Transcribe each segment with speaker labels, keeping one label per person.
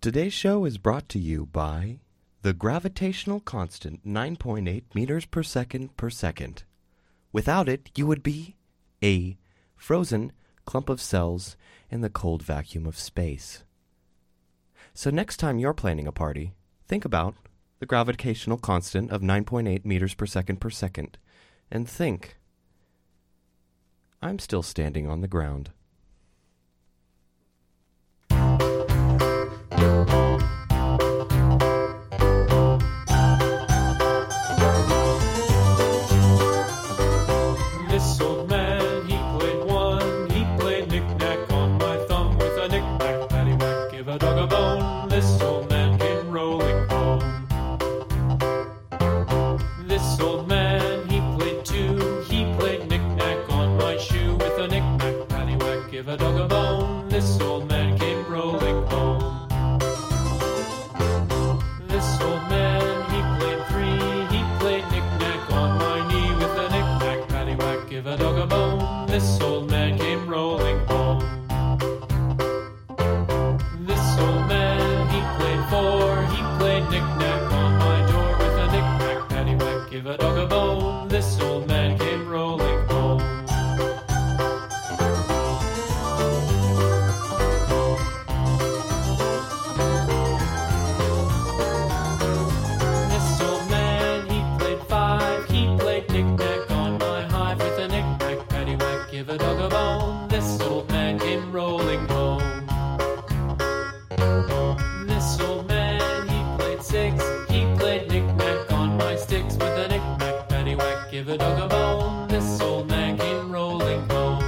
Speaker 1: Today's show is brought to you by the gravitational constant 9.8 meters per second per second. Without it, you would be a frozen clump of cells in the cold vacuum of space. So, next time you're planning a party, think about the gravitational constant of 9.8 meters per second per second and think, I'm still standing on the ground.
Speaker 2: This old man, he played one. He played knick-knack on my thumb with a knick-knack, paddywhack. Give a dog a bone. This old man came rolling home. This old man, he played two. He played knick-knack on my shoe with a knick-knack, paddywhack. Give a dog a bone. This old man came rolling home. This old man, he played three. He played knick-knack on my knee with a knick-knack, paddywhack. Give a dog a bone. This old man came rolling home. This old man, he played four. He played knick-knack on my door with a knick-knack, paddywhack. Give a dog a bone. This old man came rolling home. This old man, he played five. He played knick-knack on my hive with a knick-knack, paddywhack. Give a dog a bone. This old man came rolling home. This old man, he played six. He played knick-knack on my sticks with a knick-knack, paddywhack. Give a dog a bone. This old man came rolling home.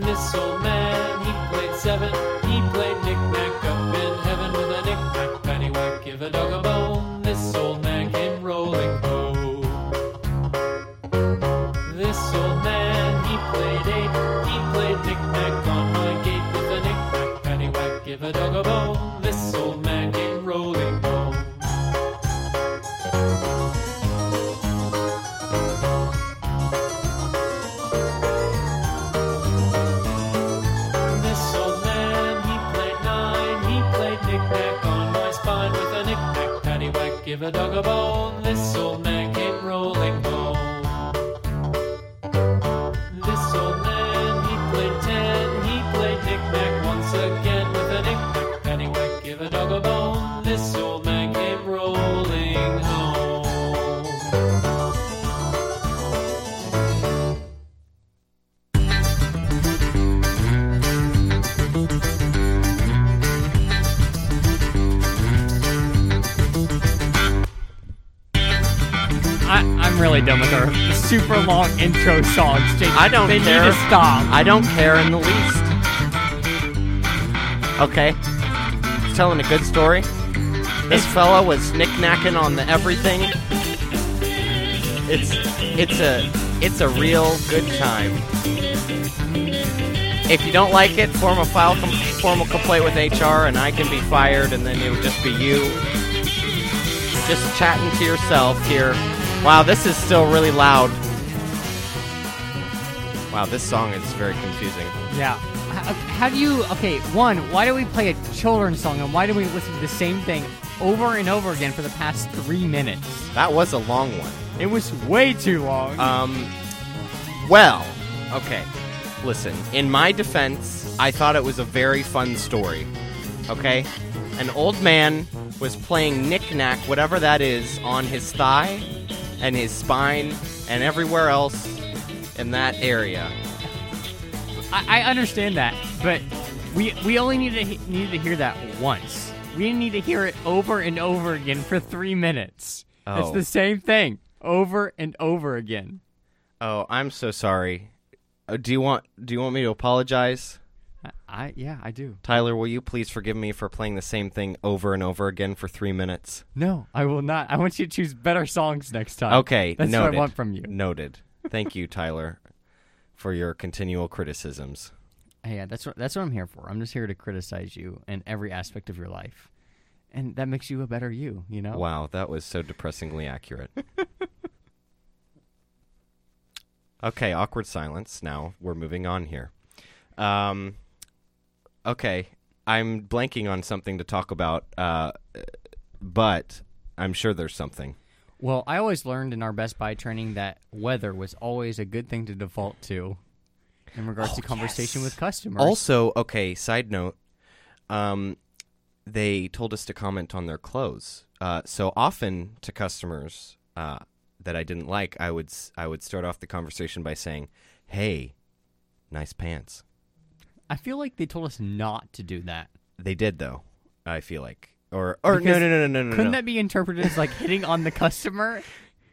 Speaker 2: This old man, he played seven. He played knick-knack up in heaven with a knick-knack, paddywhack. Give a dog a bone. This old man came rolling home. This old man, he played eight. He played knick-knack on my gate with a knick-knack, paddywhack. Give a dog a bone. This old man came rolling home. This old man, he played nine. He played knick-knack on my spine with a knick-knack, paddywhack. Give a dog a bone. This old man came rolling home. This old man, he played ten. He played knick-knack once again with a knick-knack, paddywhack. Give a dog a bone. This old man came rolling home.
Speaker 3: I, I'm really done with our super long intro songs. Jake.
Speaker 4: I don't
Speaker 3: they
Speaker 4: care.
Speaker 3: need to stop.
Speaker 4: I don't care in the least. Okay. It's telling a good story. This fella was knickknacking on the everything. It's it's a it's a real good time. If you don't like it, form a file com- formal complaint with HR, and I can be fired, and then it would just be you just chatting to yourself here. Wow, this is still really loud. Wow, this song is very confusing.
Speaker 3: Yeah. How, how do you? Okay, one. Why do we play a children's song and why do we listen to the same thing over and over again for the past three minutes?
Speaker 4: That was a long one.
Speaker 3: It was way too long.
Speaker 4: Um, well, okay. Listen, in my defense, I thought it was a very fun story. Okay? An old man was playing knick-knack, whatever that is, on his thigh and his spine and everywhere else in that area.
Speaker 3: I, I understand that, but we we only need to he- needed to hear that once. We didn't need to hear it over and over again for three minutes. It's
Speaker 4: Oh.
Speaker 3: the same thing over and over again.
Speaker 4: Oh, I'm so sorry. Uh, do you want do you want me to apologize?
Speaker 3: I, I yeah, I do.
Speaker 4: Tyler, will you please forgive me for playing the same thing over and over again for 3 minutes?
Speaker 3: No, I will not. I want you to choose better songs next time.
Speaker 4: Okay,
Speaker 3: that's
Speaker 4: noted.
Speaker 3: what I want from you.
Speaker 4: Noted. Thank you, Tyler, for your continual criticisms.
Speaker 3: Hey, yeah, that's what that's what I'm here for. I'm just here to criticize you in every aspect of your life, and that makes you a better you. You know.
Speaker 4: Wow, that was so depressingly accurate. okay, awkward silence. Now we're moving on here. Um, okay, I'm blanking on something to talk about, uh, but I'm sure there's something.
Speaker 3: Well, I always learned in our Best Buy training that weather was always a good thing to default to in regards to conversation with customers.
Speaker 4: Oh, Also, okay, side note, um, they told us to comment on their clothes. Uh, so often to customers uh, that I didn't like, I would s- I would start off the conversation by saying, "Hey, nice pants."
Speaker 3: I feel like they told us not to do that.
Speaker 4: They did though. I feel like, or or no
Speaker 3: Because
Speaker 4: no no no no no.
Speaker 3: Couldn't
Speaker 4: no.
Speaker 3: that be interpreted as like hitting on the customer?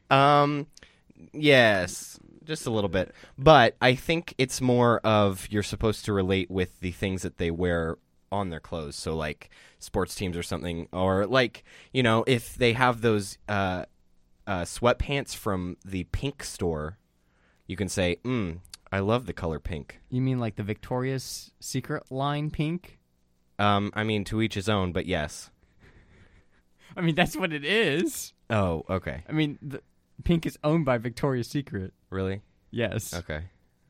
Speaker 4: Um, yes, just a little bit, but I think it's more of you're supposed to relate with the things that they wear on their clothes. So like sports teams or something, or like you know if they have those uh, uh, sweatpants from the pink store, you can say, "Mm, I love the color pink."
Speaker 3: You mean like the Victoria's Secret line pink?
Speaker 4: Um, I mean to each his own, but yes.
Speaker 3: I mean, that's what it is.
Speaker 4: Oh, okay,
Speaker 3: I mean, the pink is owned by Victoria's Secret.
Speaker 4: really?
Speaker 3: Yes.
Speaker 4: Okay.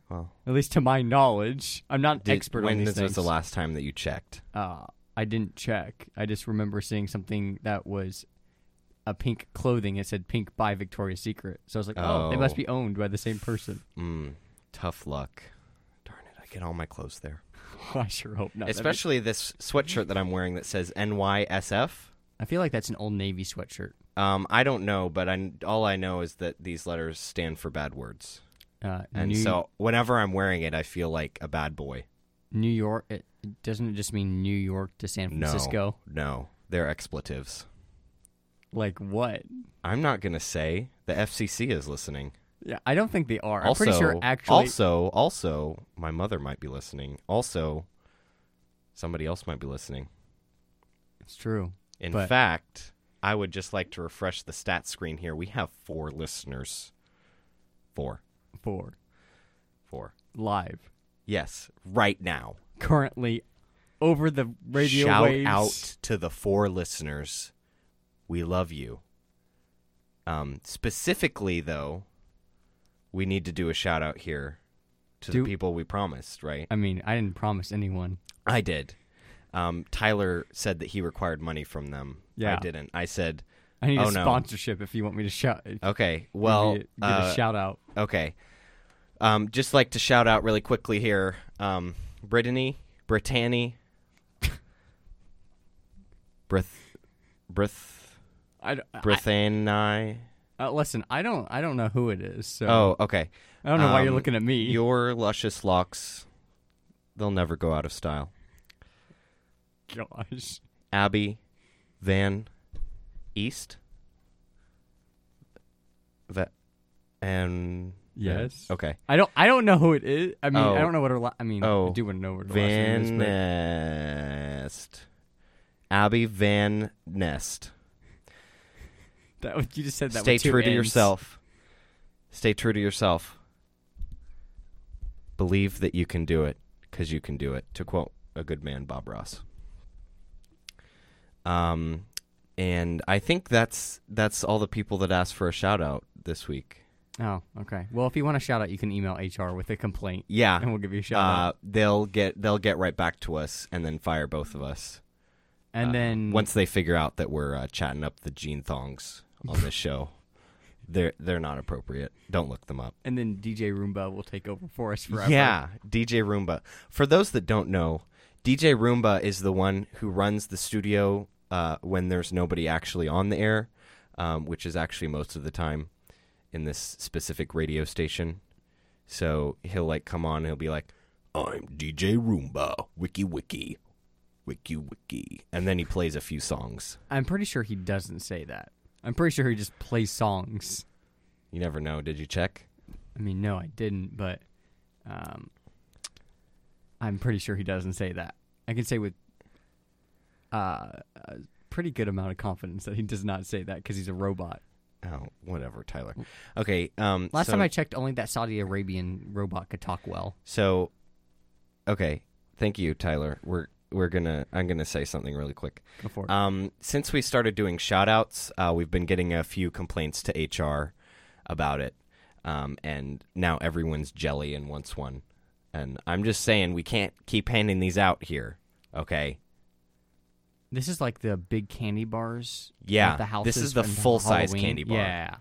Speaker 4: Well,
Speaker 3: At least to my knowledge. I'm not an
Speaker 4: did-
Speaker 3: expert
Speaker 4: when
Speaker 3: on these
Speaker 4: was
Speaker 3: things.
Speaker 4: the last time that you checked?
Speaker 3: Uh, I didn't check. I just remember seeing something that was a pink clothing. It said pink by Victoria's Secret. So I was like, oh, they must
Speaker 4: Oh.
Speaker 3: be owned by the same person.
Speaker 4: Mm, tough luck. Darn it, I get all my clothes there.
Speaker 3: I sure hope not. That'd be-
Speaker 4: Especially this sweatshirt that I'm wearing that says NYSF.
Speaker 3: I feel like that's an old Navy sweatshirt.
Speaker 4: Um, I don't know, but I, all I know is that these letters stand for bad words.
Speaker 3: Uh,
Speaker 4: And
Speaker 3: New,
Speaker 4: so whenever I'm wearing it, I feel like a bad boy.
Speaker 3: New York. It, doesn't it just mean New York to San
Speaker 4: No.
Speaker 3: Francisco?
Speaker 4: No, they're expletives.
Speaker 3: Like what?
Speaker 4: I'm not going to say the FCC is listening.
Speaker 3: Yeah, I don't think they are.
Speaker 4: also,
Speaker 3: I'm pretty sure actually.
Speaker 4: also, also, my mother might be listening. Also, somebody else might be listening.
Speaker 3: it's true.
Speaker 4: In
Speaker 3: But-
Speaker 4: fact, I would just like to refresh the stat screen here. We have four listeners. Four.
Speaker 3: Four
Speaker 4: Four.
Speaker 3: live
Speaker 4: Yes, right now.
Speaker 3: currently over the radio
Speaker 4: Shout
Speaker 3: waves.
Speaker 4: out to the four listeners. We love you. Um, specifically, though, we need to do a shout out here to
Speaker 3: Do-
Speaker 4: the people we promised, right?
Speaker 3: I mean, I didn't promise anyone.
Speaker 4: I did. Um, Tyler said that he required money from them.
Speaker 3: Yeah.
Speaker 4: I didn't. I said,
Speaker 3: I need
Speaker 4: Oh,
Speaker 3: a
Speaker 4: no.
Speaker 3: sponsorship if you want me to shout. if you
Speaker 4: okay,
Speaker 3: want
Speaker 4: well,
Speaker 3: me to give
Speaker 4: uh,
Speaker 3: a shout out.
Speaker 4: Okay. Um, just like to shout out really quickly here, um, Brittany, Brittany, Brith, Brith,
Speaker 3: I, d- I-
Speaker 4: Brittany.
Speaker 3: uh, listen, I don't, I don't know who it is. So
Speaker 4: Oh, okay.
Speaker 3: I don't know why you're
Speaker 4: um,
Speaker 3: looking at me.
Speaker 4: Your luscious locks, they'll never go out of style.
Speaker 3: Gosh,
Speaker 4: Abby, Van, East, Va- and
Speaker 3: Yes.
Speaker 4: Okay.
Speaker 3: I don't, I don't know who it is. I mean,
Speaker 4: Oh.
Speaker 3: I don't know what her. La- I mean, I
Speaker 4: Oh.
Speaker 3: do want to know what her last
Speaker 4: Van
Speaker 3: name is.
Speaker 4: Nest. Abby Van Nest.
Speaker 3: But that was- you just said that.
Speaker 4: Stay
Speaker 3: with two
Speaker 4: true to
Speaker 3: Ns.
Speaker 4: yourself. Stay true to yourself. Believe that you can do it because you can do it, to quote a good man, Bob Ross. Um, and I think that's that's all the people that asked for a shout out this week.
Speaker 3: Oh, okay. Well, if you want a shout out, you can email HR with a complaint,
Speaker 4: Yeah,
Speaker 3: and we'll give you a shout out.
Speaker 4: uh, they'll get they'll get right back to us and then fire both of us.
Speaker 3: And
Speaker 4: Uh,
Speaker 3: then
Speaker 4: once they figure out that we're uh, chatting up the gene thongs on this show, they're they're not appropriate. Don't look them up.
Speaker 3: and then DJ Roomba will take over for us forever.
Speaker 4: Yeah, DJ Roomba. For those that don't know, DJ Roomba is the one who runs the studio uh, when there's nobody actually on the air, um, which is actually most of the time in this specific radio station. So he'll like come on. He'll be like, "I'm DJ Roomba, wiki wiki, wiki wiki," and then he plays a few songs.
Speaker 3: I'm pretty sure he doesn't say that. I'm pretty sure he just plays songs.
Speaker 4: You never know. Did you check?
Speaker 3: I mean, no, I didn't, but um, I'm pretty sure he doesn't say that. I can say with uh, a pretty good amount of confidence that he does not say that because he's a robot.
Speaker 4: Oh, whatever, Tyler. Okay. Um,
Speaker 3: Last
Speaker 4: so-
Speaker 3: time I checked, only that Saudi Arabian robot could talk well.
Speaker 4: So, okay, thank you, Tyler. We're we're gonna I'm gonna say something really quick.
Speaker 3: Go for it.
Speaker 4: Um, since we started doing shout outs, uh, we've been getting a few complaints to HR about it, um, and now everyone's jelly and wants one. And I'm just saying we can't keep handing these out here. Okay,
Speaker 3: This is like the big candy bars.
Speaker 4: Yeah,
Speaker 3: At the houses
Speaker 4: this is the
Speaker 3: from
Speaker 4: full-size
Speaker 3: Halloween.
Speaker 4: candy bar.
Speaker 3: Yeah.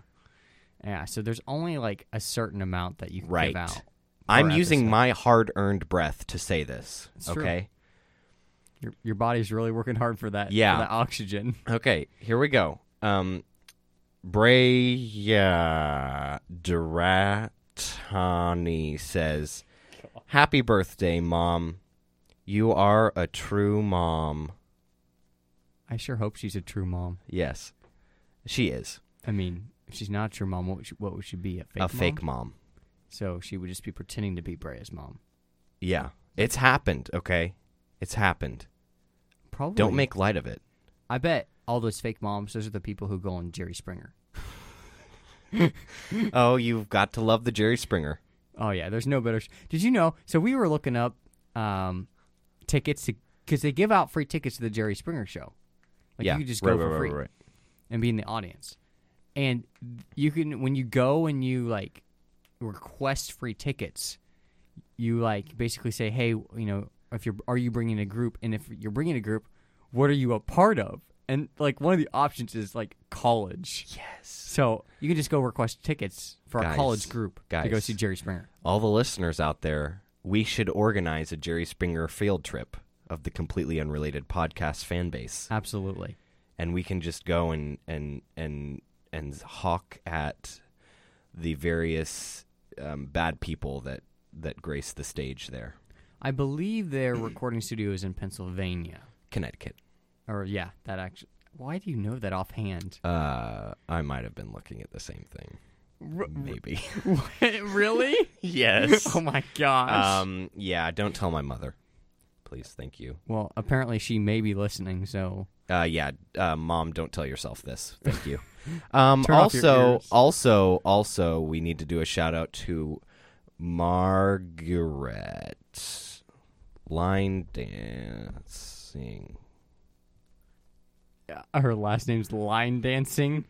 Speaker 3: Yeah. So there's only like a certain amount that you can
Speaker 4: Right.
Speaker 3: give out.
Speaker 4: I'm
Speaker 3: per
Speaker 4: using
Speaker 3: episode.
Speaker 4: my hard earned breath to say this.
Speaker 3: It's true.
Speaker 4: okay.
Speaker 3: Your, your body's really working hard for that.
Speaker 4: Yeah.
Speaker 3: For that oxygen.
Speaker 4: Okay, here we go. Um Breya Duratani says Happy birthday, Mom. You are a true mom.
Speaker 3: I sure hope she's a true mom.
Speaker 4: Yes. She is.
Speaker 3: I mean, if she's not a true mom, what would she, what would she be? A fake
Speaker 4: a
Speaker 3: mom?
Speaker 4: fake mom.
Speaker 3: So she would just be pretending to be Brea's mom.
Speaker 4: Yeah. It's happened, okay? It's happened.
Speaker 3: Probably.
Speaker 4: Don't make light of it.
Speaker 3: I bet all those fake moms, those are the people who go on Jerry Springer.
Speaker 4: oh, you've got to love the Jerry Springer.
Speaker 3: Oh yeah, there's no better. Sh- Did you know? So we were looking up um, tickets to because they give out free tickets to the Jerry Springer show. Like
Speaker 4: yeah.
Speaker 3: you could just
Speaker 4: Right,
Speaker 3: go
Speaker 4: right,
Speaker 3: for
Speaker 4: right,
Speaker 3: free
Speaker 4: right, right.
Speaker 3: and be in the audience. And you can when you go and you like request free tickets, you like basically say, "Hey, you know, if you're are you bringing a group? And if you're bringing a group, what are you a part of?" And like one of the options is like college. Yes. So you can just go request tickets for
Speaker 4: Guys,
Speaker 3: a college group to go
Speaker 4: guys.
Speaker 3: see Jerry Springer.
Speaker 4: all the listeners out there, we should organize a Jerry Springer field trip of the completely unrelated podcast fan base,
Speaker 3: Absolutely.
Speaker 4: and we can just go and and and and hawk at the various um, bad people that that grace the stage there,
Speaker 3: I believe their recording studio is in Pennsylvania.
Speaker 4: Connecticut.
Speaker 3: Or yeah, that actually. Why do you know that offhand?
Speaker 4: Uh, I might have been looking at the same thing, maybe.
Speaker 3: really?
Speaker 4: yes.
Speaker 3: Oh my gosh.
Speaker 4: Um. Yeah. Don't tell my mother, please. Thank you.
Speaker 3: well, apparently she may be listening, so
Speaker 4: Uh, yeah, uh, mom, don't tell yourself this. Thank you. Um,
Speaker 3: Turn off your
Speaker 4: also,
Speaker 3: ears.
Speaker 4: also, also, we need to do a shout out to Margaret line dancing.
Speaker 3: her last name's Line Dancing.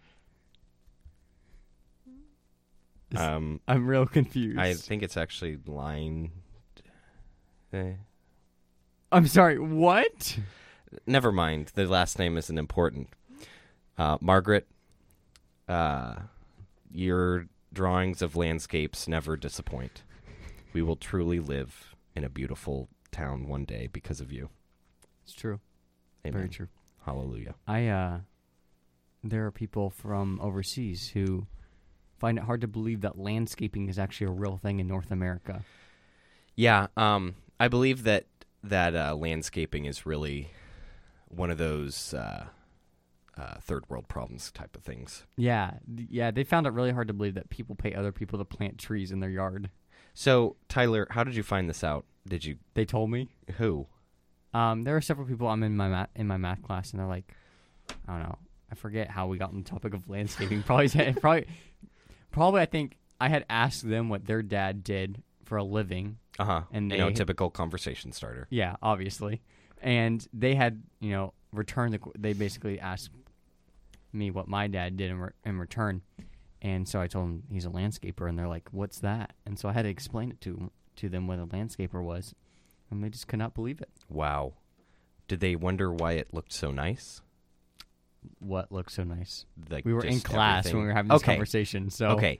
Speaker 4: Um,
Speaker 3: I'm real confused.
Speaker 4: I think it's actually line. eh.
Speaker 3: I'm sorry. What?
Speaker 4: Never mind. The last name isn't important. Uh, Margaret, uh, your drawings of landscapes never disappoint. We will truly live in a beautiful town one day because of you.
Speaker 3: It's true.
Speaker 4: Amen.
Speaker 3: Very true.
Speaker 4: Hallelujah.
Speaker 3: I uh there are people from overseas who find it hard to believe that landscaping is actually a real thing in North America.
Speaker 4: Yeah, um, I believe that that uh, landscaping is really one of those uh, uh, third world problems type of things.
Speaker 3: Yeah, th- yeah, they found it really hard to believe that people pay other people to plant trees in their yard.
Speaker 4: So, Tyler, how did you find this out? Did you
Speaker 3: They told me.
Speaker 4: who?
Speaker 3: Um, there are several people I'm in my math in my math class, and they're like, I don't know, I forget how we got on the topic of landscaping. Probably, said- probably, probably. I think I had asked them what their dad did for a living.
Speaker 4: Uh huh.
Speaker 3: Uh-huh. And
Speaker 4: you know,
Speaker 3: they-
Speaker 4: typical conversation starter.
Speaker 3: Yeah, obviously, and they had you know returned the. qu- They basically asked me what my dad did in, re- in return, and so I told them he's a landscaper, and they're like, "What's that?" And so I had to explain it to to them what a landscaper was, and they just could not believe it.
Speaker 4: Wow. Did they wonder why it looked so nice?
Speaker 3: What looks so nice?
Speaker 4: Like
Speaker 3: We were in
Speaker 4: just
Speaker 3: class
Speaker 4: everything-
Speaker 3: when we were having this
Speaker 4: okay.
Speaker 3: conversation. So
Speaker 4: Okay.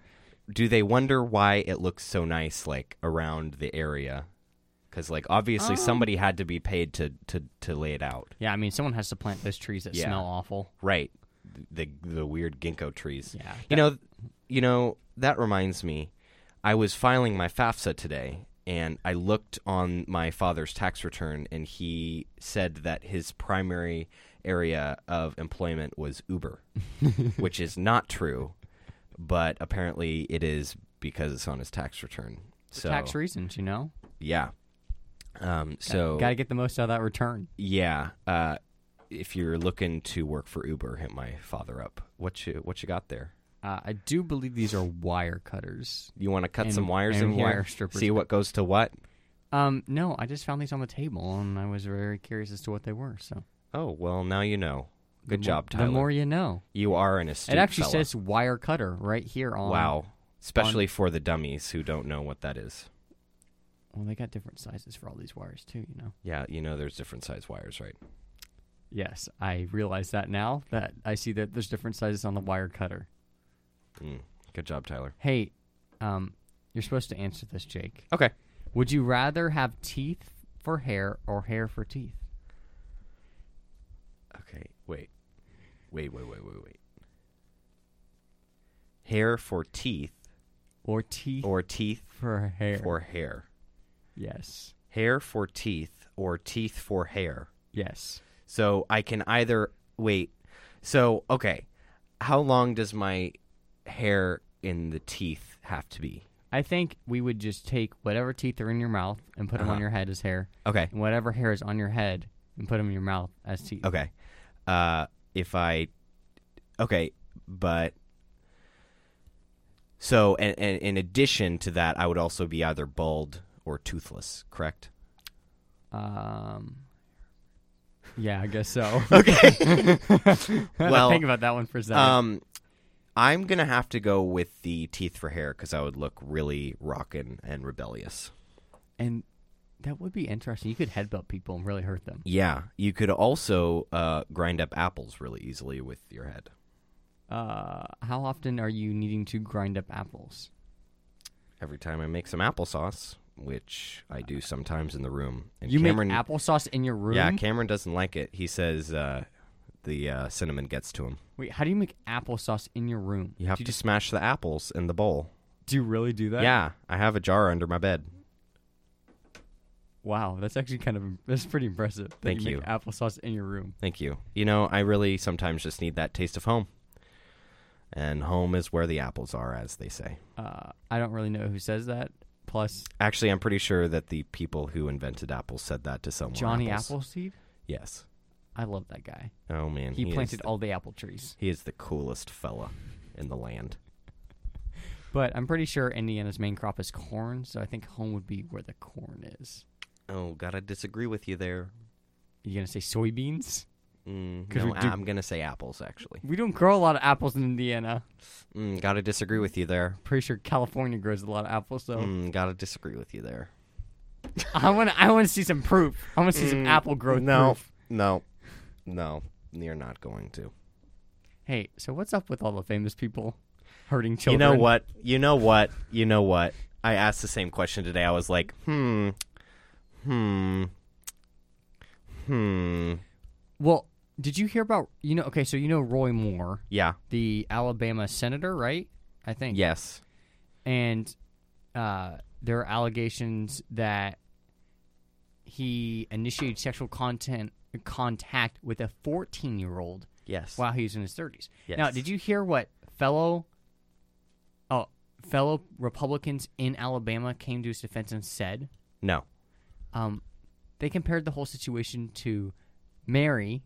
Speaker 4: Do they wonder why it looks so nice, like around the area? Because like obviously somebody had to be paid to to to lay it out,
Speaker 3: yeah, I mean, someone has to plant those trees that
Speaker 4: Yeah.
Speaker 3: smell awful.
Speaker 4: right? The the weird ginkgo trees.
Speaker 3: Yeah,
Speaker 4: You know, you know that reminds me. I was filing my FAFSA today, and I looked on my father's tax return, and he said that his primary area of employment was Uber, which is not true, but apparently it is because it's on his tax return. So
Speaker 3: tax reasons, you know.
Speaker 4: yeah. Um, so
Speaker 3: Got to get the most out of that return.
Speaker 4: yeah, uh, if you're looking to work for Uber, hit my father up. What you what you got there?
Speaker 3: Uh, I do believe these are wire cutters.
Speaker 4: You want to cut
Speaker 3: And-
Speaker 4: some wires
Speaker 3: and
Speaker 4: in here?
Speaker 3: wire strippers.
Speaker 4: See what goes to what?
Speaker 3: Um, no, I just found these on the table, and I was very curious as to what they were. So
Speaker 4: Oh well, now you know. Good
Speaker 3: The mo-
Speaker 4: job, Tyler.
Speaker 3: The more you know.
Speaker 4: you are an astute.
Speaker 3: it actually
Speaker 4: fella.
Speaker 3: says wire cutter right here on.
Speaker 4: "Wow," especially for the dummies who don't know what that is.
Speaker 3: Well, they got different sizes for all these wires too, you know.
Speaker 4: Yeah, you know, there's different size wires, right?
Speaker 3: Yes, I realize that now that I see that there's different sizes on the wire cutter.
Speaker 4: Mm. Good job, Tyler.
Speaker 3: Hey, um, you're supposed to answer this, Jake.
Speaker 4: Okay.
Speaker 3: Would you rather have teeth for hair or hair for teeth?
Speaker 4: Okay. Wait. Wait, wait, wait, wait, wait. Hair for teeth
Speaker 3: Or teeth
Speaker 4: or teeth
Speaker 3: for hair?
Speaker 4: for hair.
Speaker 3: yes.
Speaker 4: Hair for teeth or teeth for hair.
Speaker 3: Yes.
Speaker 4: So I can either wait. So, okay. How long does my hair in the teeth have to be?
Speaker 3: I think we would just take whatever teeth are in your mouth and put them on
Speaker 4: Uh-huh.
Speaker 3: your head as hair,
Speaker 4: Okay.
Speaker 3: and whatever hair is on your head and put them in your mouth as teeth.
Speaker 4: Okay. Uh if I Okay, but so and, and in addition to that, I would also be either bald or toothless, correct?
Speaker 3: Um. Yeah, I guess so.
Speaker 4: Okay.
Speaker 3: well,
Speaker 4: Well,
Speaker 3: think about that one for a second.
Speaker 4: um I'm going to have to go with the teeth for hair cuz I would look really rockin' and rebellious.
Speaker 3: and that would be interesting. You could headbutt people and really hurt them.
Speaker 4: Yeah, you could also uh, grind up apples really easily with your head.
Speaker 3: Uh, how often are you needing to grind up apples?
Speaker 4: Every time I make some applesauce, which I do sometimes in the room, and
Speaker 3: You
Speaker 4: Cameron
Speaker 3: make applesauce in your room?
Speaker 4: Yeah, Cameron doesn't like it. He says uh, the uh, cinnamon gets to him.
Speaker 3: Wait, how do you make applesauce in your room?
Speaker 4: You have
Speaker 3: do,
Speaker 4: to smash the apples in the bowl.
Speaker 3: do you really do that?
Speaker 4: yeah, I have a jar under my bed.
Speaker 3: Wow, that's actually kind of that's pretty impressive. that
Speaker 4: Thank
Speaker 3: you.
Speaker 4: you.
Speaker 3: Make applesauce in your room.
Speaker 4: Thank you. You know, I really sometimes just need that taste of home. And home is where the apples are, as they say.
Speaker 3: Uh, I don't really know who says that. Plus,
Speaker 4: Actually, I'm pretty sure that the people who invented apples said that to someone.
Speaker 3: Johnny
Speaker 4: apples.
Speaker 3: Appleseed.
Speaker 4: Yes.
Speaker 3: I love that guy.
Speaker 4: Oh man,
Speaker 3: He,
Speaker 4: is
Speaker 3: planted
Speaker 4: the-
Speaker 3: all the apple trees.
Speaker 4: He is the coolest fella in the land.
Speaker 3: But I'm pretty sure Indiana's main crop is corn, so I think home would be where the corn is.
Speaker 4: Oh, gotta disagree with you there.
Speaker 3: You gonna say soybeans?
Speaker 4: Mm,
Speaker 3: 'Cause
Speaker 4: no,
Speaker 3: we do-
Speaker 4: I'm gonna say apples actually.
Speaker 3: We don't grow a lot of apples in Indiana.
Speaker 4: Mm, gotta disagree with you there.
Speaker 3: Pretty sure California grows a lot of apples, so
Speaker 4: Mm, gotta disagree with you there.
Speaker 3: I want I want to see some proof. I want to see some apple growth proof.
Speaker 4: Mm, no, no, you're not going to.
Speaker 3: Hey, so what's up with all the famous people hurting
Speaker 4: You
Speaker 3: children?
Speaker 4: know what? You know what? You know what? I asked the same question today. I was like, hmm, hmm, hmm.
Speaker 3: Well, did you hear about you know? Okay, so you know Roy Moore,
Speaker 4: Yeah.
Speaker 3: the Alabama senator, right? I think.
Speaker 4: Yes.
Speaker 3: And uh, there are allegations that he initiated sexual content contact with a 14-year-old
Speaker 4: Yes.
Speaker 3: while he was in his 30s. Now,
Speaker 4: Yes.
Speaker 3: did you hear what fellow oh, fellow Republicans in Alabama came to his defense and said?
Speaker 4: No.
Speaker 3: Um, they compared the whole situation to Mary,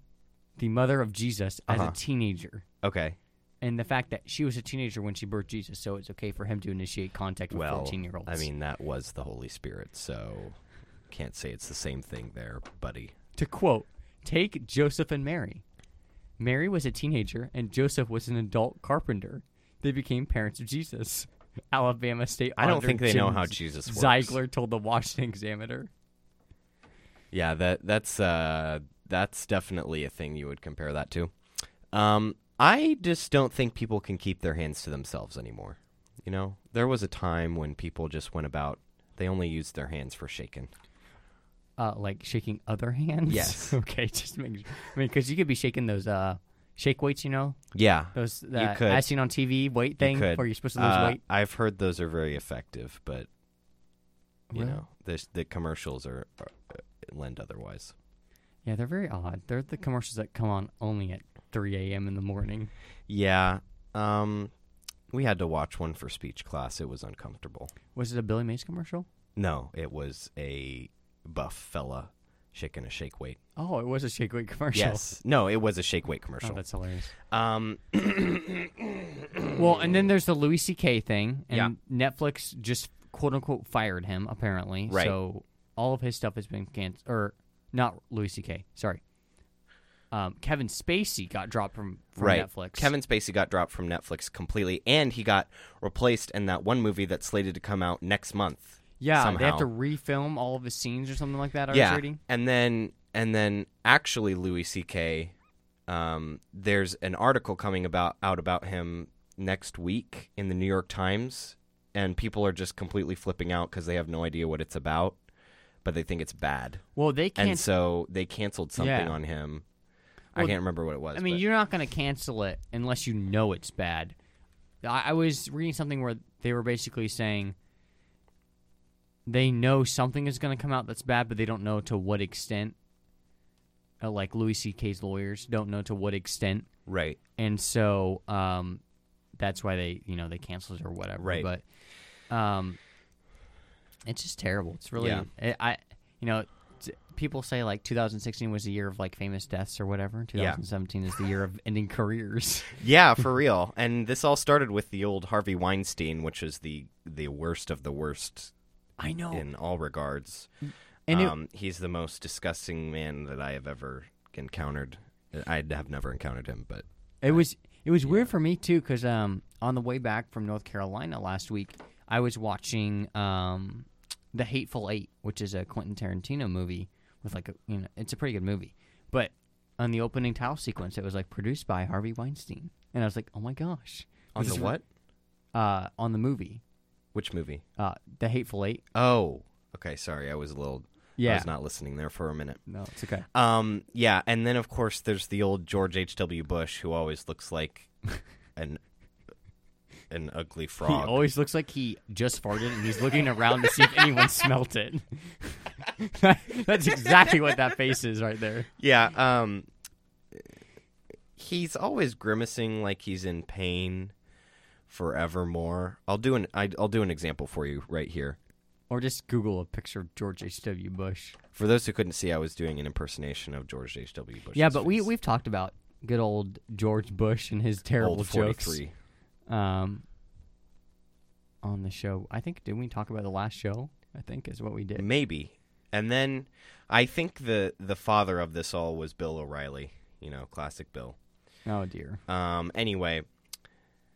Speaker 3: the mother of Jesus, as
Speaker 4: Uh-huh.
Speaker 3: a teenager,
Speaker 4: Okay.
Speaker 3: and the fact that she was a teenager when she birthed Jesus, so it's okay for him to initiate contact with
Speaker 4: Well,
Speaker 3: fourteen-year-olds.
Speaker 4: I mean, that was the Holy Spirit, so can't say it's the same thing there, buddy.
Speaker 3: to quote, take Joseph and Mary. Mary was a teenager, and Joseph was an adult carpenter. They became parents of Jesus. Alabama State.
Speaker 4: I don't
Speaker 3: Auditor
Speaker 4: think they know
Speaker 3: Jim
Speaker 4: how Jesus works.
Speaker 3: Zeigler told the Washington Examiner.
Speaker 4: Yeah, that that's uh that's definitely a thing you would compare that to. Um I just don't think people can keep their hands to themselves anymore. You know, there was a time when people just went about they only used their hands for shaking.
Speaker 3: Uh, like shaking other hands.
Speaker 4: Yes.
Speaker 3: okay. Just make. I mean, because you could be shaking those uh shake weights. You know
Speaker 4: Yeah.
Speaker 3: those that
Speaker 4: could.
Speaker 3: as seen on TV weight thing
Speaker 4: could.
Speaker 3: where you're supposed to lose
Speaker 4: Uh,
Speaker 3: weight.
Speaker 4: I've heard those are very effective, but you
Speaker 3: Really?
Speaker 4: know, the the commercials are, are lend otherwise.
Speaker 3: Yeah, they're very odd. They're the commercials that come on only at 3 a.m. in the morning.
Speaker 4: Yeah. Um we had to watch one for speech class. It was uncomfortable.
Speaker 3: Was it a Billy Mays commercial?
Speaker 4: No, it was a buff fella shaking a shake weight.
Speaker 3: Oh, it was a shake weight commercial.
Speaker 4: Yes. No, it was a shake weight
Speaker 3: Oh,
Speaker 4: commercial.
Speaker 3: that's hilarious.
Speaker 4: um,
Speaker 3: Well, and then there's the Louis C.K. thing,
Speaker 4: Yeah.
Speaker 3: and Netflix just quote unquote fired him apparently.
Speaker 4: Right.
Speaker 3: So all of his stuff has been canceled, or not Louis C.K. Sorry, um, Kevin Spacey got dropped from, from
Speaker 4: right.
Speaker 3: Netflix.
Speaker 4: Kevin Spacey got dropped from Netflix completely, and he got replaced in that one movie that's slated to come out next month.
Speaker 3: yeah,
Speaker 4: somehow.
Speaker 3: they have to refilm all of his scenes or something like that. I was
Speaker 4: yeah.
Speaker 3: reading.
Speaker 4: And then and then actually Louis C.K. Um, there's an article coming about out about him next week in the New York Times, and people are just completely flipping out because they have no idea what it's about, but they think it's bad,
Speaker 3: Well, they can't.
Speaker 4: and so they canceled something
Speaker 3: Yeah.
Speaker 4: on him. I
Speaker 3: Well,
Speaker 4: can't remember what it was.
Speaker 3: I mean,
Speaker 4: but-
Speaker 3: you're not going to cancel it unless you know it's bad. I, I was reading something where they were basically saying they know something is going to come out that's bad, but they don't know to what extent. Uh, like Louis C.K.'s lawyers don't know to what extent,
Speaker 4: right.
Speaker 3: and so um, that's why they, you know, they canceled or whatever.
Speaker 4: Right.
Speaker 3: But um, it's just terrible. It's really,
Speaker 4: Yeah.
Speaker 3: I, I, you know, t- people say like 2016 was the year of like famous deaths or whatever. 2017 is the year of ending careers.
Speaker 4: Yeah, for real. And this all started with the old Harvey Weinstein, which is the the worst of the worst
Speaker 3: I know.
Speaker 4: in all regards.
Speaker 3: Mm. And it-
Speaker 4: um, he's the most disgusting man that I have ever encountered. Uh, I have never encountered him, but
Speaker 3: It was it was weird for me too because um, on the way back from North Carolina last week, I was watching um, the Hateful Eight, which is a Quentin Tarantino movie with like a you know it's a pretty good movie, but on the opening title sequence, it was like produced by Harvey Weinstein, and I was like, oh my gosh,
Speaker 4: on
Speaker 3: This
Speaker 4: the
Speaker 3: is-
Speaker 4: what?
Speaker 3: Uh, on the movie,
Speaker 4: Which movie?
Speaker 3: uh, the Hateful Eight.
Speaker 4: Oh, okay. Sorry, I was a little. I
Speaker 3: Yeah.
Speaker 4: was not listening there for a minute.
Speaker 5: No, it's okay.
Speaker 4: Um, yeah, and then of course there's the old George H. W. Bush who always looks like an an ugly
Speaker 3: He
Speaker 4: frog.
Speaker 3: always looks like he just farted and he's looking around to see if anyone smelt it. That's exactly what that face is right there.
Speaker 4: Yeah, um he's always grimacing like he's in pain forevermore. I'll do an I, I'll do an example for you right here.
Speaker 3: Or just Google a picture of George H.W. Bush.
Speaker 4: For those who couldn't see, I was doing an impersonation of George H.W. Bush.
Speaker 3: yeah, but we we've talked about good old George Bush and his terrible
Speaker 4: old
Speaker 3: jokes
Speaker 4: 43.
Speaker 3: um on the show. I think did we talk about the last show? I think is what we
Speaker 4: Mm.
Speaker 3: did.
Speaker 4: Maybe. And then I think the the father of this all was Bill O'Reilly, you know, classic Bill.
Speaker 3: Oh dear.
Speaker 4: Um, anyway,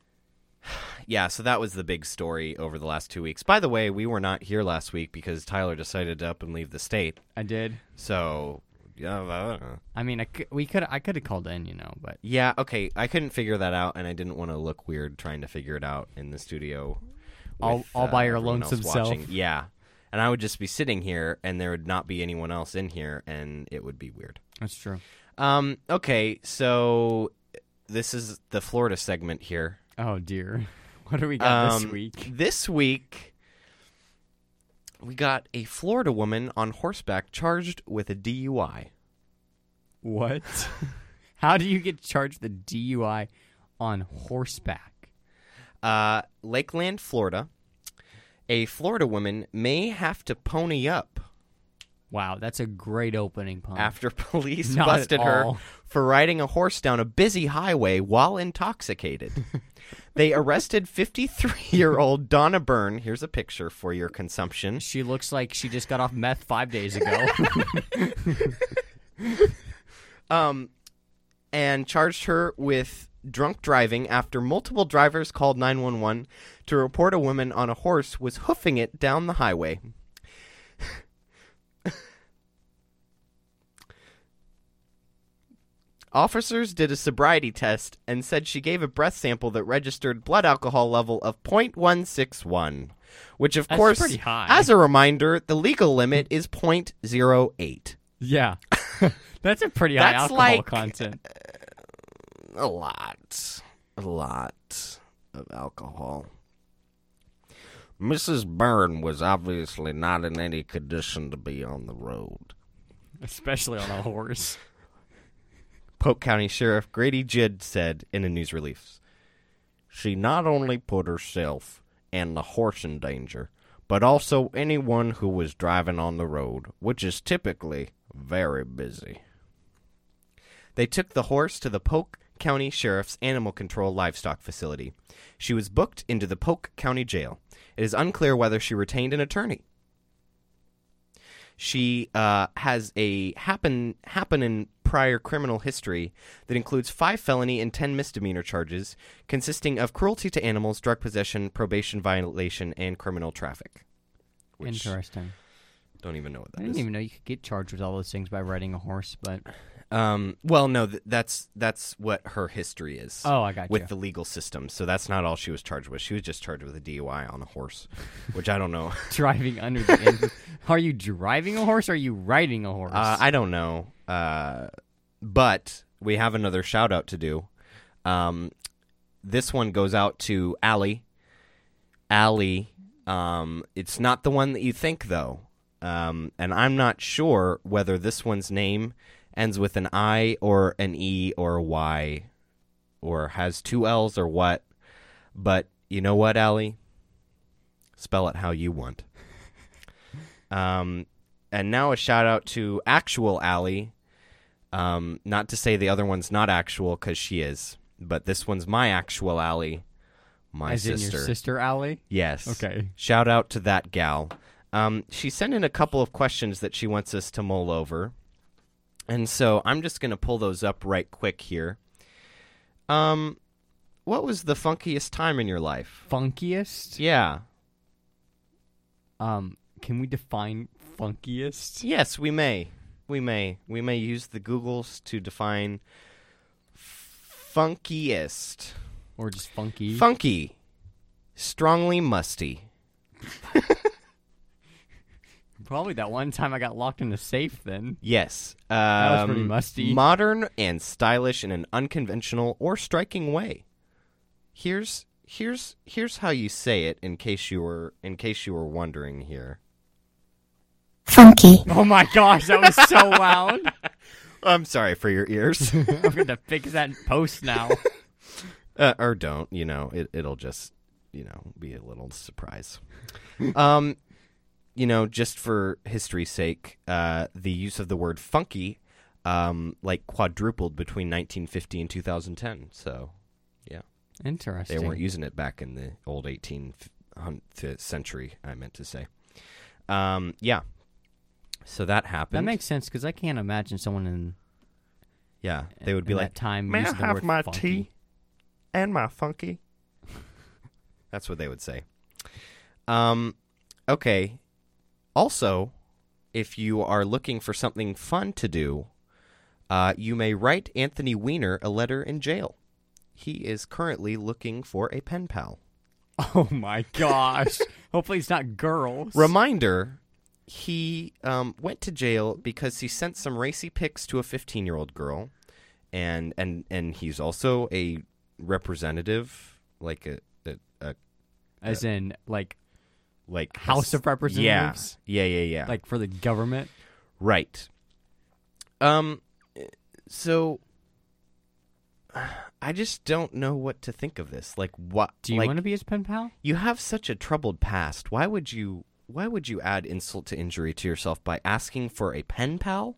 Speaker 4: yeah, so that was the big story over the last two weeks. By the way, we were not here last week because Tyler decided to up and leave the state.
Speaker 3: I did.
Speaker 4: So, yeah, uh,
Speaker 3: I mean, I cou- we could I could have called in, you know, but
Speaker 4: yeah, okay, I couldn't figure that out, and I didn't want to look weird trying to figure it out in the studio. uh,
Speaker 3: All- all by your
Speaker 4: everyone else
Speaker 3: lonesome self.
Speaker 4: watching. Yeah. And I would just be sitting here, and there would not be anyone else in here, and it would be weird.
Speaker 3: that's true.
Speaker 4: Um, okay, so this is the Florida segment here.
Speaker 3: Oh dear. What do we got this
Speaker 4: Um,
Speaker 3: week?
Speaker 4: This week, we got a Florida woman on horseback charged with a DUI.
Speaker 3: What? How do you get charged with DUI on horseback?
Speaker 4: Uh, Lakeland, Florida. A Florida woman may have to pony up
Speaker 3: Wow, that's a great opening pun.
Speaker 4: after police
Speaker 3: Oh. Not at
Speaker 4: busted her
Speaker 3: all.
Speaker 4: for riding a horse down a busy highway while intoxicated. they arrested 53 year old Donna Byrne. Here's a picture for your consumption.
Speaker 3: She looks like she just got off meth five days ago.
Speaker 4: um, and charged her with drunk driving after multiple drivers called 911 to report a woman on a horse was hoofing it down the highway. Officers did a sobriety test and said she gave a breath sample that registered blood alcohol level of 0.161, which of
Speaker 3: That's
Speaker 4: course
Speaker 3: pretty high.
Speaker 4: as a reminder, the legal limit is 0.08.
Speaker 3: yeah. That's a pretty
Speaker 4: high
Speaker 3: high
Speaker 4: That's
Speaker 3: alcohol
Speaker 4: alcohol like-
Speaker 3: content.
Speaker 4: a lot, a lot of alcohol. Mrs. Byrne was obviously not in any condition to be on the road.
Speaker 3: Especially on a horse.
Speaker 4: Polk County Sheriff Grady Jidd said in a news release She not only put herself and the horse in danger, but also anyone who was driving on the road, which is typically very busy. They took the horse to the Polk County Sheriff's Animal Control Livestock Facility. She was booked into the Polk County Jail. It is unclear whether she retained an attorney. She uh, has a happen happen in prior criminal history that includes five felony and ten misdemeanor charges, consisting of cruelty to animals, drug possession, probation violation, and criminal traffic. Which
Speaker 3: Interesting.
Speaker 4: Don't even know what
Speaker 3: I
Speaker 4: that
Speaker 3: didn't
Speaker 4: is.
Speaker 3: even know you could get charged with all those things by riding a horse, but
Speaker 4: Um, well, no, th- that's that's what her history is
Speaker 3: oh, I got
Speaker 4: with
Speaker 3: you.
Speaker 4: the legal system. So that's not all she was charged with. She was just charged with a DUI on a horse, which I don't know.
Speaker 3: driving under the influence. Are you driving a horse? Or are you riding a horse?
Speaker 4: Uh, I don't know. Uh, but we have another shout out to do. Um, this one goes out to Allie. Allie, um, it's not the one that you think, though. Um, and I'm not sure whether this one's name ends with an I or an E or a Y or has two L's or what. But you know what, Allie? Spell it how you want. Um, and now a shout out to actual Allie. Um, not to say the other one's not actual because she is, but this one's my actual Allie, my
Speaker 3: As in
Speaker 4: sister.
Speaker 3: your sister, Allie?
Speaker 4: Yes.
Speaker 3: Okay.
Speaker 4: Shout out to that gal. Um, she sent in a couple of questions that she wants us to mull over. And so I'm just going to pull those up right quick here. Um, what was the funkiest time in your life?
Speaker 3: Funkiest?
Speaker 4: Yeah.
Speaker 3: Um, can we define funkiest?
Speaker 4: Yes, we may. We may. We may use the Googles to define funkiest.
Speaker 3: Or just funky?
Speaker 4: Funky. Strongly musty.
Speaker 3: Probably that one time I got locked in the safe then.
Speaker 4: Yes. Um,
Speaker 3: was pretty musty.
Speaker 4: Modern and stylish in an unconventional or striking way. Here's here's here's how you say it in case you were in case you were wondering here.
Speaker 6: funky,
Speaker 3: Oh my gosh, that was so loud.
Speaker 4: I'm sorry for your ears.
Speaker 3: I'm going to fix that post now.
Speaker 4: uh, or don't, you know, it it'll just, you know, be a little surprise. um you know, just for history's sake, uh the use of the word funky um like quadrupled between 1950 and 2010. So
Speaker 3: Interesting.
Speaker 4: They weren't using it back in the old 18th century, I meant to say. Um, yeah. So that happened.
Speaker 3: that makes sense because I can't imagine someone in
Speaker 4: yeah. They would be
Speaker 3: in
Speaker 4: like,
Speaker 3: that time
Speaker 4: "May I
Speaker 3: using the
Speaker 4: have
Speaker 3: word
Speaker 4: my
Speaker 3: funky.
Speaker 4: tea?" and my funky. That's what they would say. Um, okay. Also, if you are looking for something fun to do, uh, you may write Anthony Weiner a letter in jail. He is currently looking for a pen pal.
Speaker 3: Oh my gosh. Hopefully it's not girls.
Speaker 4: Reminder: He um, went to jail because he sent some racy pics to a 15-year-old girl, and and and he's also a representative, like a, a, a
Speaker 3: As in, like,
Speaker 4: like a
Speaker 3: House
Speaker 4: s-
Speaker 3: of Representatives?
Speaker 4: Yeah, yeah, yeah, yeah.
Speaker 3: like for the government.
Speaker 4: right. Um, so I just don't know what to think of this. Like, what?
Speaker 3: Do you
Speaker 4: like,
Speaker 3: want to be his pen pal?
Speaker 4: you have such a troubled past. Why would you? Why would you add insult to injury to yourself by asking for a pen pal?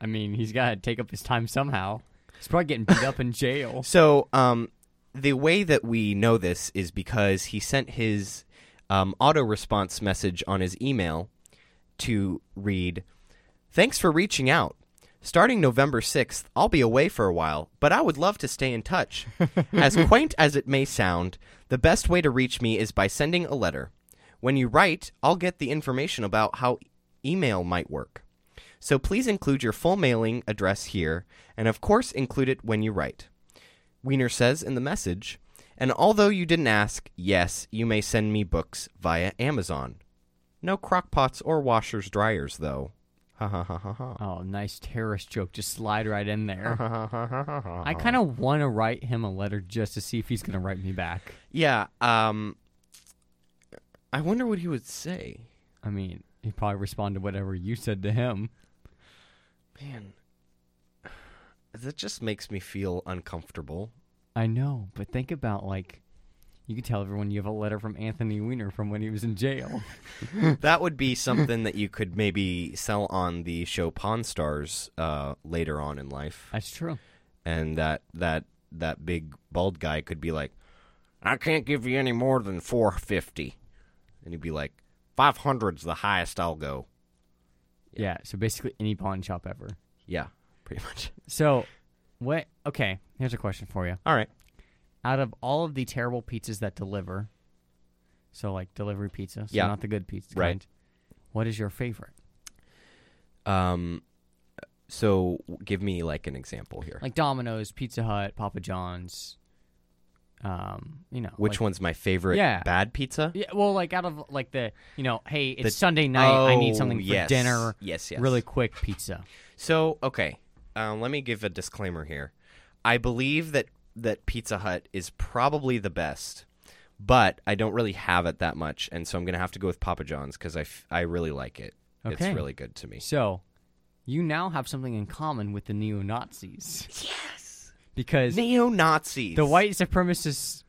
Speaker 3: I mean, he's got to take up his time somehow. He's probably getting beat up in jail.
Speaker 4: So, um, the way that we know this is because he sent his um, auto response message on his email to read, Thanks for reaching out. Starting November 6th, I'll be away for a while, but I would love to stay in touch. as quaint as it may sound, the best way to reach me is by sending a letter. When you write, I'll get the information about how email might work. So please include your full mailing address here, and of course, include it when you write. Wiener says in the message, and although you didn't ask, yes, you may send me books via Amazon. No crockpots or washers dryers though. Ha ha ha ha ha.
Speaker 3: Oh, nice terrorist joke. Just slide right in there.
Speaker 4: Ha ha ha ha ha ha.
Speaker 3: I kind of want to write him a letter just to see if he's going to write me back.
Speaker 4: Yeah, um I wonder what he would say.
Speaker 3: I mean, he probably respond to whatever you said to him.
Speaker 4: Man. That just makes me feel uncomfortable.
Speaker 3: I know, but think about like you could tell everyone you have a letter from Anthony Weiner from when he was in jail.
Speaker 4: that would be something that you could maybe sell on the show Pawn Stars uh, later on in life.
Speaker 3: That's true.
Speaker 4: and that that that big bald guy could be like, "I can't give you any more than 450." And he'd be like, "500's the highest I'll go."
Speaker 3: Yeah. so basically any pawn shop ever.
Speaker 4: Yeah, pretty much.
Speaker 3: So, what okay, here's a question for you.
Speaker 4: All right.
Speaker 3: Out of all of the terrible pizzas that deliver, so like delivery pizza, so
Speaker 4: Yeah.
Speaker 3: not the good pizza
Speaker 4: Right.
Speaker 3: kind, What is your favorite?
Speaker 4: Um, so w- give me like an example here.
Speaker 3: Like Domino's, Pizza Hut, Papa John's. Um, you know
Speaker 4: Which
Speaker 3: like-
Speaker 4: one's my favorite
Speaker 3: Yeah.
Speaker 4: bad pizza?
Speaker 3: Yeah, well, like out of like the you know, hey, it's
Speaker 4: The-
Speaker 3: Sunday night. I need
Speaker 4: Oh,
Speaker 3: something for
Speaker 4: yes.
Speaker 3: dinner.
Speaker 4: Yes, yes.
Speaker 3: Really quick pizza.
Speaker 4: So, okay, um, let me give a disclaimer here. I believe that that Pizza Hut is probably the best, but I don't really have it that much, and so I'm gonna have to go with Papa John's because I, f- I really like it.
Speaker 3: Okay.
Speaker 4: It's really good to me.
Speaker 3: So, you now have something in common with the neo Nazis. Yes. Because
Speaker 4: Neo Nazis.
Speaker 3: the white supremacists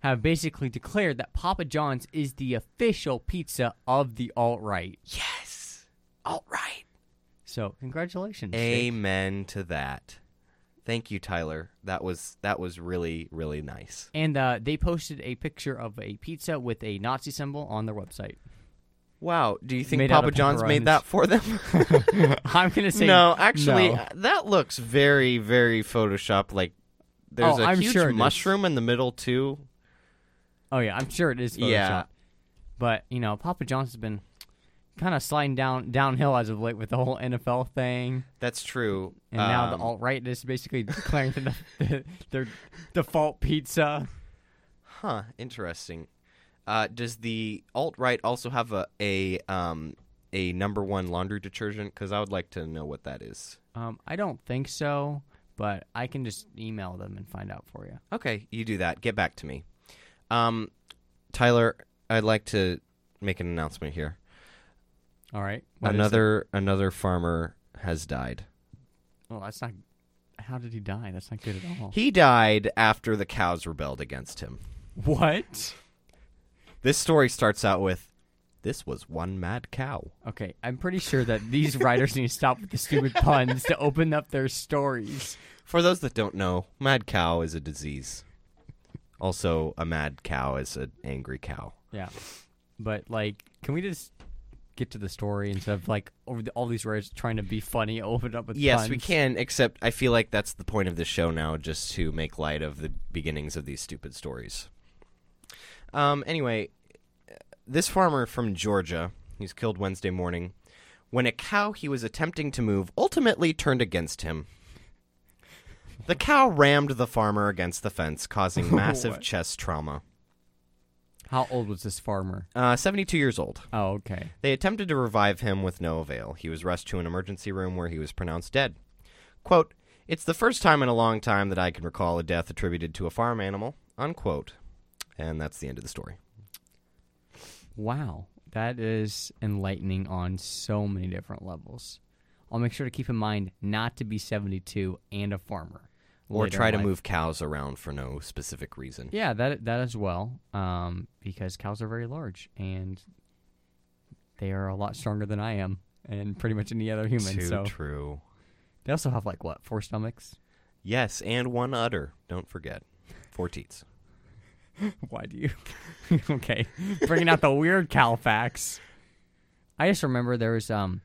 Speaker 3: have basically declared that Papa John's is the official pizza of the alt right.
Speaker 4: Yes. All right.
Speaker 3: So, congratulations. Jake.
Speaker 4: Amen to that. Thank you, Tyler. That was that was really really nice.
Speaker 3: And uh, they posted a picture of a pizza with a Nazi symbol on their website.
Speaker 4: Wow. Do you think
Speaker 3: Made out
Speaker 4: Papa
Speaker 3: of
Speaker 4: John's made
Speaker 3: pepperonis.
Speaker 4: that for them?
Speaker 3: I'm gonna say
Speaker 4: no, actually,
Speaker 3: no.
Speaker 4: uh, that looks very very Photoshop. Like there's
Speaker 3: Oh,
Speaker 4: a
Speaker 3: I'm
Speaker 4: huge
Speaker 3: sure it is.
Speaker 4: mushroom in the middle too.
Speaker 3: Oh yeah, I'm sure it is Photoshop.
Speaker 4: Yeah.
Speaker 3: But you know, Papa John's has been kind of sliding down downhill as of late with the whole NFL thing,
Speaker 4: That's true.
Speaker 3: and now the
Speaker 4: Um,
Speaker 3: alt right is basically declaring the, the, their default pizza.
Speaker 4: Huh. Interesting. Uh, does the alt right also have a a um a number one laundry detergent? Because I would like to know what that is.
Speaker 3: Um, I don't think so, but I can just email them and find out for you.
Speaker 4: Okay, you do that. Get back to me. Um, Tyler, I'd like to make an announcement here.
Speaker 3: All right. What is it?
Speaker 4: another another farmer has died.
Speaker 3: Well, that's not. How did he die? That's not good at all.
Speaker 4: He died after the cows rebelled against him.
Speaker 3: What?
Speaker 4: This story starts out with this was one mad cow.
Speaker 3: Okay, I'm pretty sure that these writers need to stop with the stupid puns to open up their stories.
Speaker 4: For those that don't know, mad cow is a disease. Also, a mad cow is an angry cow.
Speaker 3: Yeah, but like, can we just get to the story instead of like over the, all these writers trying to be funny, open up with
Speaker 4: Yes, we
Speaker 3: puns?
Speaker 4: can, except I feel like that's the point of the show now, just to make light of the beginnings of these stupid stories. Um, anyway, this farmer from Georgia, he's killed Wednesday morning, when a cow he was attempting to move ultimately turned against him. The cow rammed the farmer against the fence, causing massive
Speaker 3: What?
Speaker 4: chest trauma.
Speaker 3: How old was this farmer?
Speaker 4: Uh, 72 years old.
Speaker 3: Oh, okay.
Speaker 4: They attempted to revive him with no avail. He was rushed to an emergency room where he was pronounced dead. Quote, It's the first time in a long time that I can recall a death attributed to a farm animal. Unquote. And that's the end of the story.
Speaker 3: Wow, that is enlightening on so many different levels. I'll make sure to keep in mind not to be 72 and a farmer,
Speaker 4: Or
Speaker 3: later in
Speaker 4: try to
Speaker 3: life.
Speaker 4: move cows around for no specific reason.
Speaker 3: Yeah, that that as well, um, because cows are very large and they are a lot stronger than I am, and pretty much any other human.
Speaker 4: Too
Speaker 3: so
Speaker 4: true.
Speaker 3: they also have like what four stomachs?
Speaker 4: Yes, and one udder. Don't forget. Four teats.
Speaker 3: Why do you? okay, bringing out the weird cow facts. I just remember there was um,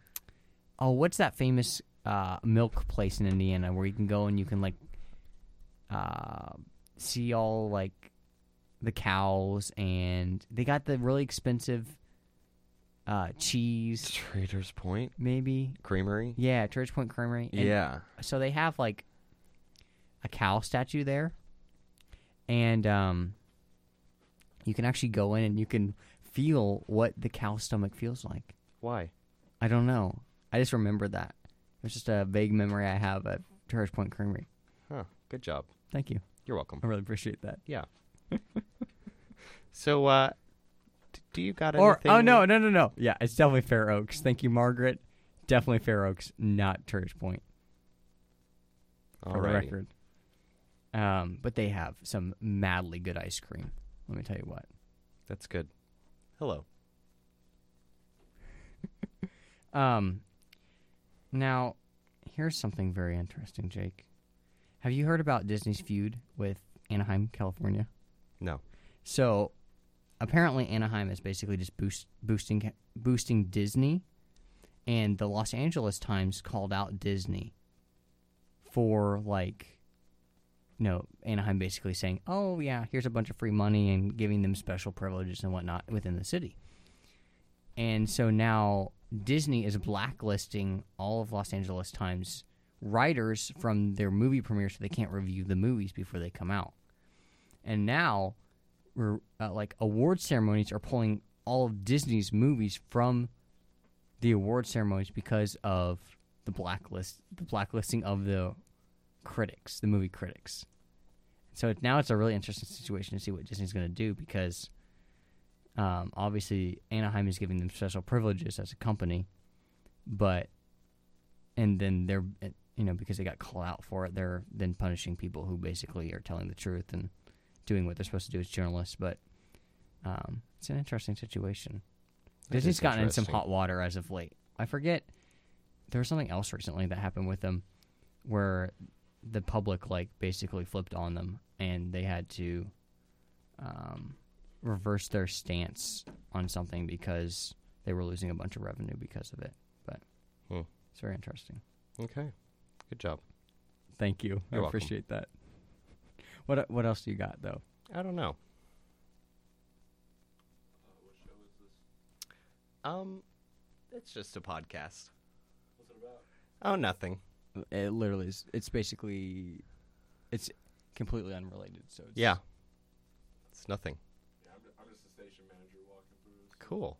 Speaker 3: oh, what's that famous uh milk place in Indiana where you can go and you can like uh see all like the cows and they got the really expensive uh cheese
Speaker 4: Trader's Point
Speaker 3: maybe
Speaker 4: Creamery?
Speaker 3: yeah Church Point Creamery And
Speaker 4: yeah.
Speaker 3: so they have like a cow statue there and um you can actually go in and you can feel what the cow's stomach feels like
Speaker 4: Why?
Speaker 3: i don't know i just remember that it's just a vague memory i have at Terrace point creamery
Speaker 4: Huh. Good job.
Speaker 3: thank you
Speaker 4: You're welcome.
Speaker 3: i really appreciate that
Speaker 4: Yeah. so, uh, d- do you got
Speaker 3: or
Speaker 4: anything?
Speaker 3: oh no no no no yeah it's definitely fair oaks thank you margaret definitely fair oaks not Terrace point for the
Speaker 4: Alrighty.
Speaker 3: record um but they have some madly good ice cream let me tell you what
Speaker 4: That's good. Hello.
Speaker 3: Um, now, here's something very interesting, Jake. Have you heard about Disney's feud with Anaheim, California?
Speaker 4: No.
Speaker 3: So, apparently, Anaheim is basically just boost, boosting ca- boosting Disney, and the Los Angeles Times called out Disney for like, you know, Anaheim basically saying, "Oh yeah, here's a bunch of free money and giving them special privileges and whatnot within the city." And so now Disney is blacklisting all of Los Angeles Times writers from their movie premieres so they can't review the movies before they come out. And now, we're, uh, like award ceremonies are pulling all of Disney's movies from the award ceremonies because of the blacklist, the blacklisting of the critics, the movie critics. So it, now it's a really interesting situation to see what Disney's going to do because um, obviously Anaheim is giving them special privileges as a company, but and then they're eh, you know because they got called out for it, they're then punishing people who basically are telling the truth and doing what they're supposed to do as journalists. But um, it's an interesting situation. Disney's
Speaker 4: is
Speaker 3: gotten in some
Speaker 4: interesting.
Speaker 3: hot water as of late. I forget there was something else recently that happened with them where the public like basically flipped on them and they had to um, reverse their stance on something because they were losing a bunch of revenue because of it. But
Speaker 4: Hmm.
Speaker 3: it's very interesting.
Speaker 4: Okay. Good job.
Speaker 5: Thank you.
Speaker 4: You're
Speaker 5: I
Speaker 4: welcome.
Speaker 5: appreciate that. What uh, what else do you got though?
Speaker 4: I don't know. Um, it's just a podcast. What's it about? Oh, nothing.
Speaker 5: It literally is. It's basically, it's completely unrelated. So it's,
Speaker 4: Yeah. It's nothing.
Speaker 7: Yeah, I'm, I'm just a station manager walking through this.
Speaker 4: Cool.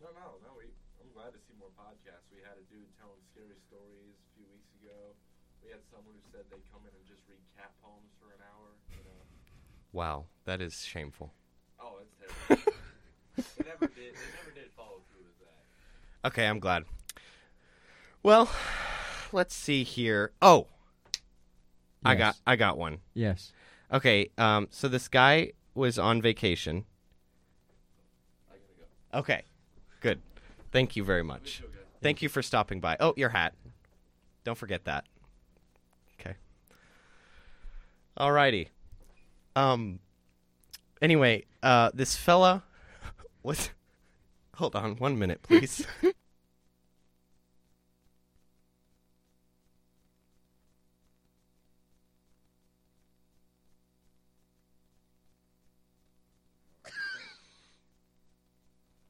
Speaker 7: No, no, no. We, I'm glad to see more podcasts. We had a dude telling scary stories a few weeks ago. We had someone who said they'd come in and just read cat poems for an hour. You know?
Speaker 4: Wow, that is shameful.
Speaker 7: Oh, it's terrible. they never did. They never did follow through with that.
Speaker 4: Okay, I'm glad. Well, let's see here. Oh, I got
Speaker 5: Yes.
Speaker 4: I got one.
Speaker 5: Yes.
Speaker 4: Okay, um, so this guy was on vacation. Okay, good. Thank you very much. Thank you for stopping by. Oh, your hat. Don't forget that. Okay. Alrighty. Um. Anyway, uh, this fella was. Hold on, one minute, please.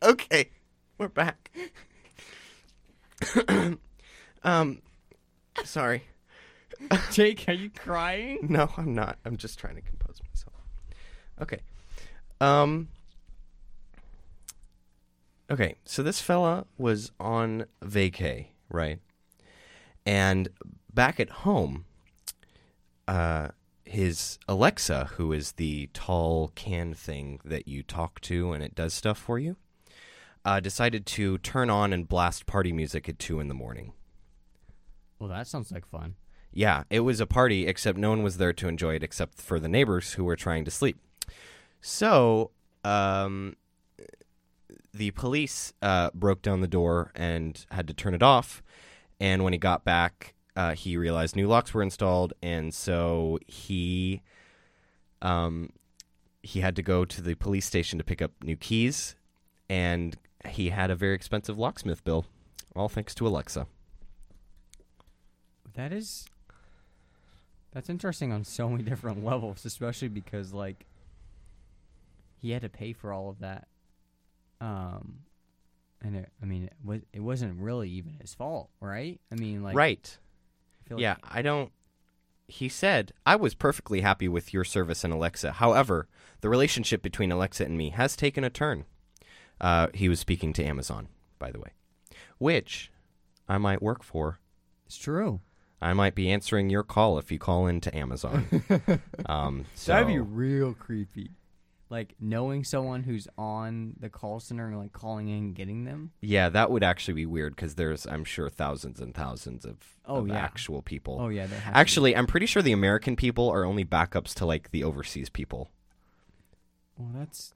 Speaker 4: okay, we're back. um, sorry.
Speaker 3: Jake, are you crying?
Speaker 4: No, I'm not. I'm just trying to compose myself. Okay. Um Okay, so this fella was on vacay, right? And back at home, uh his Alexa, who is the tall can thing that you talk to and it does stuff for you, uh, decided to turn on and blast party music at two in the morning.
Speaker 3: Well, that sounds like fun.
Speaker 4: Yeah, it was a party, except no one was there to enjoy it except for the neighbors who were trying to sleep. So, um, the police uh, broke down the door and had to turn it off. And when he got back, uh, he realized new locks were installed, and so he, um, he had to go to the police station to pick up new keys, and he had a very expensive locksmith bill, all thanks to Alexa.
Speaker 3: That is
Speaker 5: That's interesting on so many different levels, especially because like
Speaker 3: he had to pay for all of that. Um and it, I mean, it, was, it wasn't really even his fault, right? I mean, like,
Speaker 4: right.
Speaker 3: I feel like-
Speaker 4: yeah, I don't. He said, I was perfectly happy with your service and Alexa. However, the relationship between Alexa and me has taken a turn. Uh, he was speaking to Amazon, by the way, which I might work for.
Speaker 3: it's true.
Speaker 4: I might be answering your call if you call into Amazon. um, so,
Speaker 5: that'd be real creepy.
Speaker 3: Like knowing someone who's on the call center and like calling in, and getting them.
Speaker 4: yeah, that would actually be weird because there's, I'm sure, thousands and thousands of,
Speaker 3: Oh,
Speaker 4: of
Speaker 3: yeah.
Speaker 4: actual people.
Speaker 3: Oh yeah, they have to be-
Speaker 4: Actually, I'm pretty sure the American people are only backups to like the overseas people.
Speaker 3: Well, that's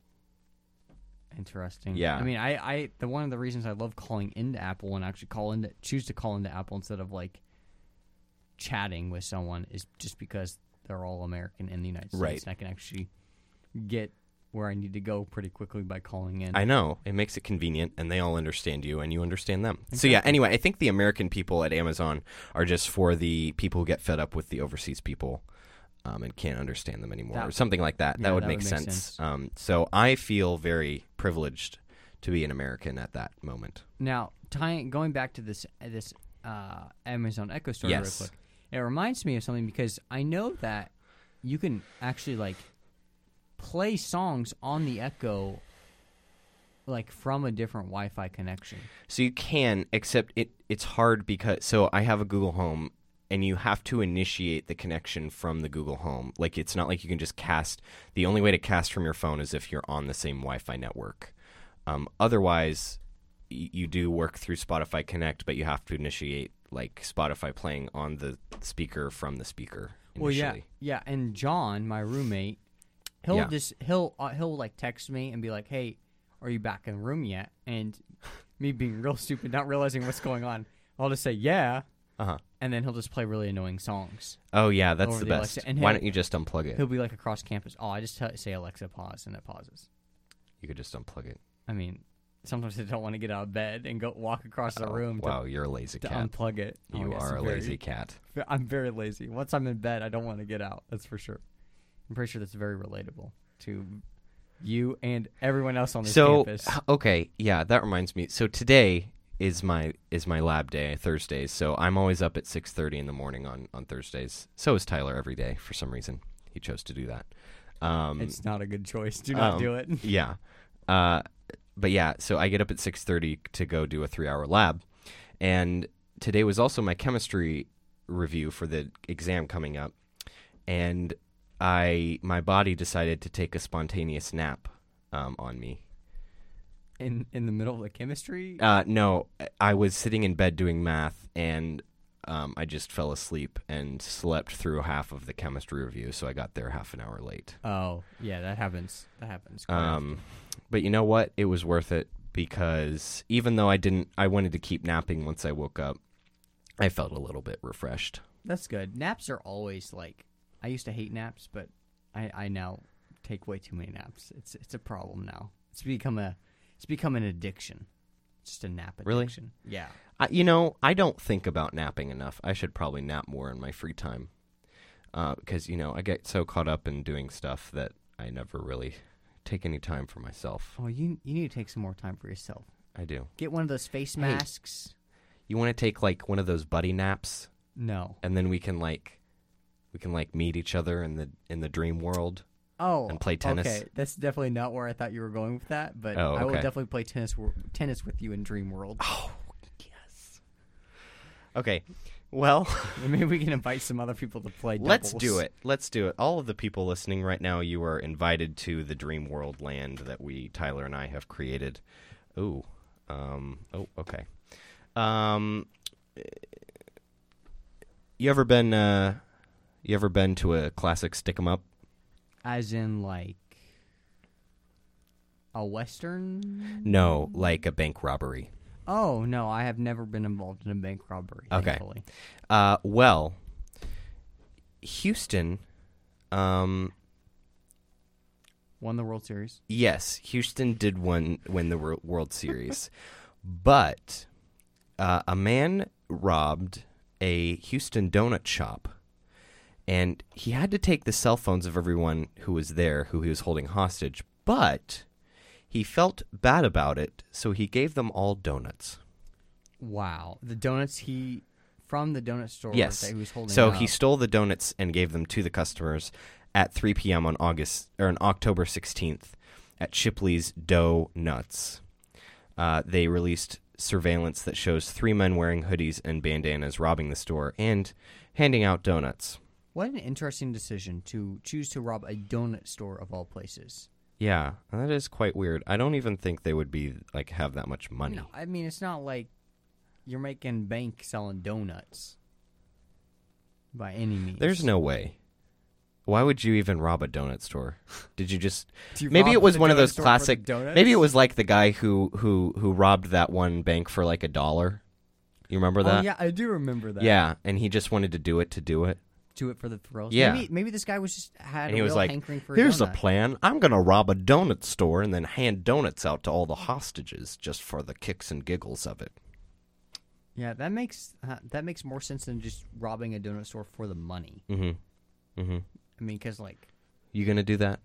Speaker 3: interesting.
Speaker 4: Yeah.
Speaker 3: I mean, I, I, the one of the reasons I love calling into Apple and actually call into, choose to call into Apple instead of like chatting with someone is just because they're all American in the United States.
Speaker 4: Right.
Speaker 3: And I can actually get where I need to go pretty quickly by calling in.
Speaker 4: I know. It makes it convenient, and they all understand you, and you understand them. So, yeah, anyway, I think the American people at Amazon are just for the people who get fed up with the overseas people um, and can't understand them anymore,
Speaker 3: That-
Speaker 4: or something like that.
Speaker 3: yeah,
Speaker 4: that would
Speaker 3: that
Speaker 4: make
Speaker 3: would make
Speaker 4: sense.
Speaker 3: sense.
Speaker 4: Um, so, I feel very privileged to be an American at that moment.
Speaker 3: Now, tying going back to this this uh, Amazon Echo story
Speaker 4: Yes.
Speaker 3: real quick, it reminds me of something because I know that you can actually like play songs on the Echo, like from a different Wi-Fi connection.
Speaker 4: So you can, except it it's hard because so I have a Google Home and you have to initiate the connection from the Google Home. Like it's not like you can just cast. The only way to cast from your phone is if you're on the same Wi-Fi network. Um, otherwise, y- you do work through Spotify Connect, but you have to initiate like Spotify playing on the speaker from the speaker. Initially.
Speaker 3: Well, yeah, yeah. And John, my roommate, he'll
Speaker 4: Yeah.
Speaker 3: just he'll uh, he'll like text me and be like, "Hey, are you back in the room yet?" And me being real stupid, not realizing what's going on, I'll just say, "Yeah,"
Speaker 4: Uh-huh.
Speaker 3: and then he'll just play really annoying songs.
Speaker 4: Oh yeah, that's
Speaker 3: Over
Speaker 4: the
Speaker 3: the
Speaker 4: best.
Speaker 3: Alexa, and
Speaker 4: Why
Speaker 3: he'll-
Speaker 4: don't you just unplug it?
Speaker 3: He'll be like across campus. Oh, I just t- say Alexa pause, and it pauses.
Speaker 4: You could just unplug it.
Speaker 3: I mean, sometimes I don't want to get out of bed and go walk across the
Speaker 4: Oh,
Speaker 3: room to,
Speaker 4: Wow, you're a lazy
Speaker 3: to
Speaker 4: cat.
Speaker 3: unplug it. Oh,
Speaker 4: you
Speaker 3: yes,
Speaker 4: are a
Speaker 3: I'm very-
Speaker 4: lazy cat.
Speaker 3: I'm very lazy. Once I'm in bed, I don't want to get out. That's for sure. I'm pretty sure that's very relatable to you and everyone else on this
Speaker 4: so
Speaker 3: campus.
Speaker 4: h- okay yeah that reminds me so today is my is my lab day thursdays so i'm always up at 6.30 in the morning on on thursdays so is tyler every day for some reason he chose to do that um
Speaker 3: It's not a good choice. Do not
Speaker 4: um,
Speaker 3: do it.
Speaker 4: yeah uh but yeah so i get up at 6.30 to go do a three hour lab and today was also my chemistry review for the exam coming up and i my body decided to take a spontaneous nap um, on me
Speaker 3: In in the middle of the chemistry.
Speaker 4: Uh, no, I was sitting in bed doing math, and um, I just fell asleep and slept through half of the chemistry review, so I got there half an hour late.
Speaker 3: oh yeah, that happens. That happens. quite often.
Speaker 4: Um, but you know what? It was worth it because even though I didn't, I wanted to keep napping once I woke up. I felt a little bit refreshed.
Speaker 3: That's good. Naps are always like I used to hate naps, but I, I now take way too many naps. It's it's a problem now. It's become a it's become an addiction. Just a nap
Speaker 4: Really?
Speaker 3: addiction. Yeah.
Speaker 4: I, you know, I don't think about napping enough. I should probably nap more in my free time because you know I get so caught up in doing stuff that I never really take any time for myself.
Speaker 3: Oh, you you need to take some more time for yourself.
Speaker 4: I do.
Speaker 3: Get one of those face masks.
Speaker 4: You want to take like one of those buddy naps,
Speaker 3: No.
Speaker 4: and then we can like, we can like meet each other in the in the dream world.
Speaker 3: Oh.
Speaker 4: And play tennis?
Speaker 3: Okay, that's definitely not where I thought you were going with that, but
Speaker 4: Oh,
Speaker 3: I will
Speaker 4: okay.
Speaker 3: definitely play tennis wor- tennis with you in Dream World.
Speaker 4: Okay, well,
Speaker 3: Maybe we can invite some other people to play.
Speaker 4: let's
Speaker 3: doubles.
Speaker 4: do it. Let's do it. All of the people listening right now, you are invited to the dream world land that we Tyler and I have created. Ooh, um, oh, okay. Um, you ever been? Uh, you ever been to a classic stick 'em up?
Speaker 3: As in like a western?
Speaker 4: No, like a bank robbery.
Speaker 3: Oh no, I have never been involved in a bank robbery.
Speaker 4: Okay.
Speaker 3: Thankfully.
Speaker 4: Uh, well, Houston, um,
Speaker 3: Won the World Series.
Speaker 4: yes, Houston did win win the Wor- World Series, but uh, a man robbed a Houston donut shop, and he had to take the cell phones of everyone who was there, who he was holding hostage, but. He felt bad about it, so he gave them all donuts.
Speaker 3: Wow, the donuts he from the donut store.
Speaker 4: Yes.
Speaker 3: that he was holding.
Speaker 4: so
Speaker 3: up.
Speaker 4: he stole the donuts and gave them to the customers at 3 p.m. on August or on October 16th at Shipley's Dough Nuts. Uh, they released surveillance that shows three men wearing hoodies and bandanas robbing the store and handing out donuts.
Speaker 3: What an interesting decision to choose to rob a donut store of all places.
Speaker 4: Yeah, that is quite weird. I don't even think they would be like have that much money.
Speaker 3: No, I mean it's not like you're making bank selling donuts by any means.
Speaker 4: There's no way. Why would you even rob a donut store? Did you just
Speaker 3: Do you
Speaker 4: Maybe
Speaker 3: rob
Speaker 4: it was
Speaker 3: the
Speaker 4: one of
Speaker 3: donut
Speaker 4: those
Speaker 3: store for the
Speaker 4: classic
Speaker 3: donuts?
Speaker 4: Maybe it was like the guy who who who robbed that one bank for like a dollar. You remember that?
Speaker 3: Oh yeah, I do remember that.
Speaker 4: Yeah, and he just wanted to do it to do it.
Speaker 3: do it for the thrills.
Speaker 4: Yeah.
Speaker 3: maybe, maybe this guy was just had
Speaker 4: And
Speaker 3: a
Speaker 4: he was
Speaker 3: real
Speaker 4: like,
Speaker 3: hankering for.
Speaker 4: "Here's
Speaker 3: a
Speaker 4: a
Speaker 3: donut."
Speaker 4: plan. I'm going to rob a donut store and then hand donuts out to all the hostages just for the kicks and giggles of it."
Speaker 3: Yeah, that makes uh, that makes more sense than just robbing a donut store for the money.
Speaker 4: Mhm. Mhm.
Speaker 3: I mean, because like,
Speaker 4: You going to do that?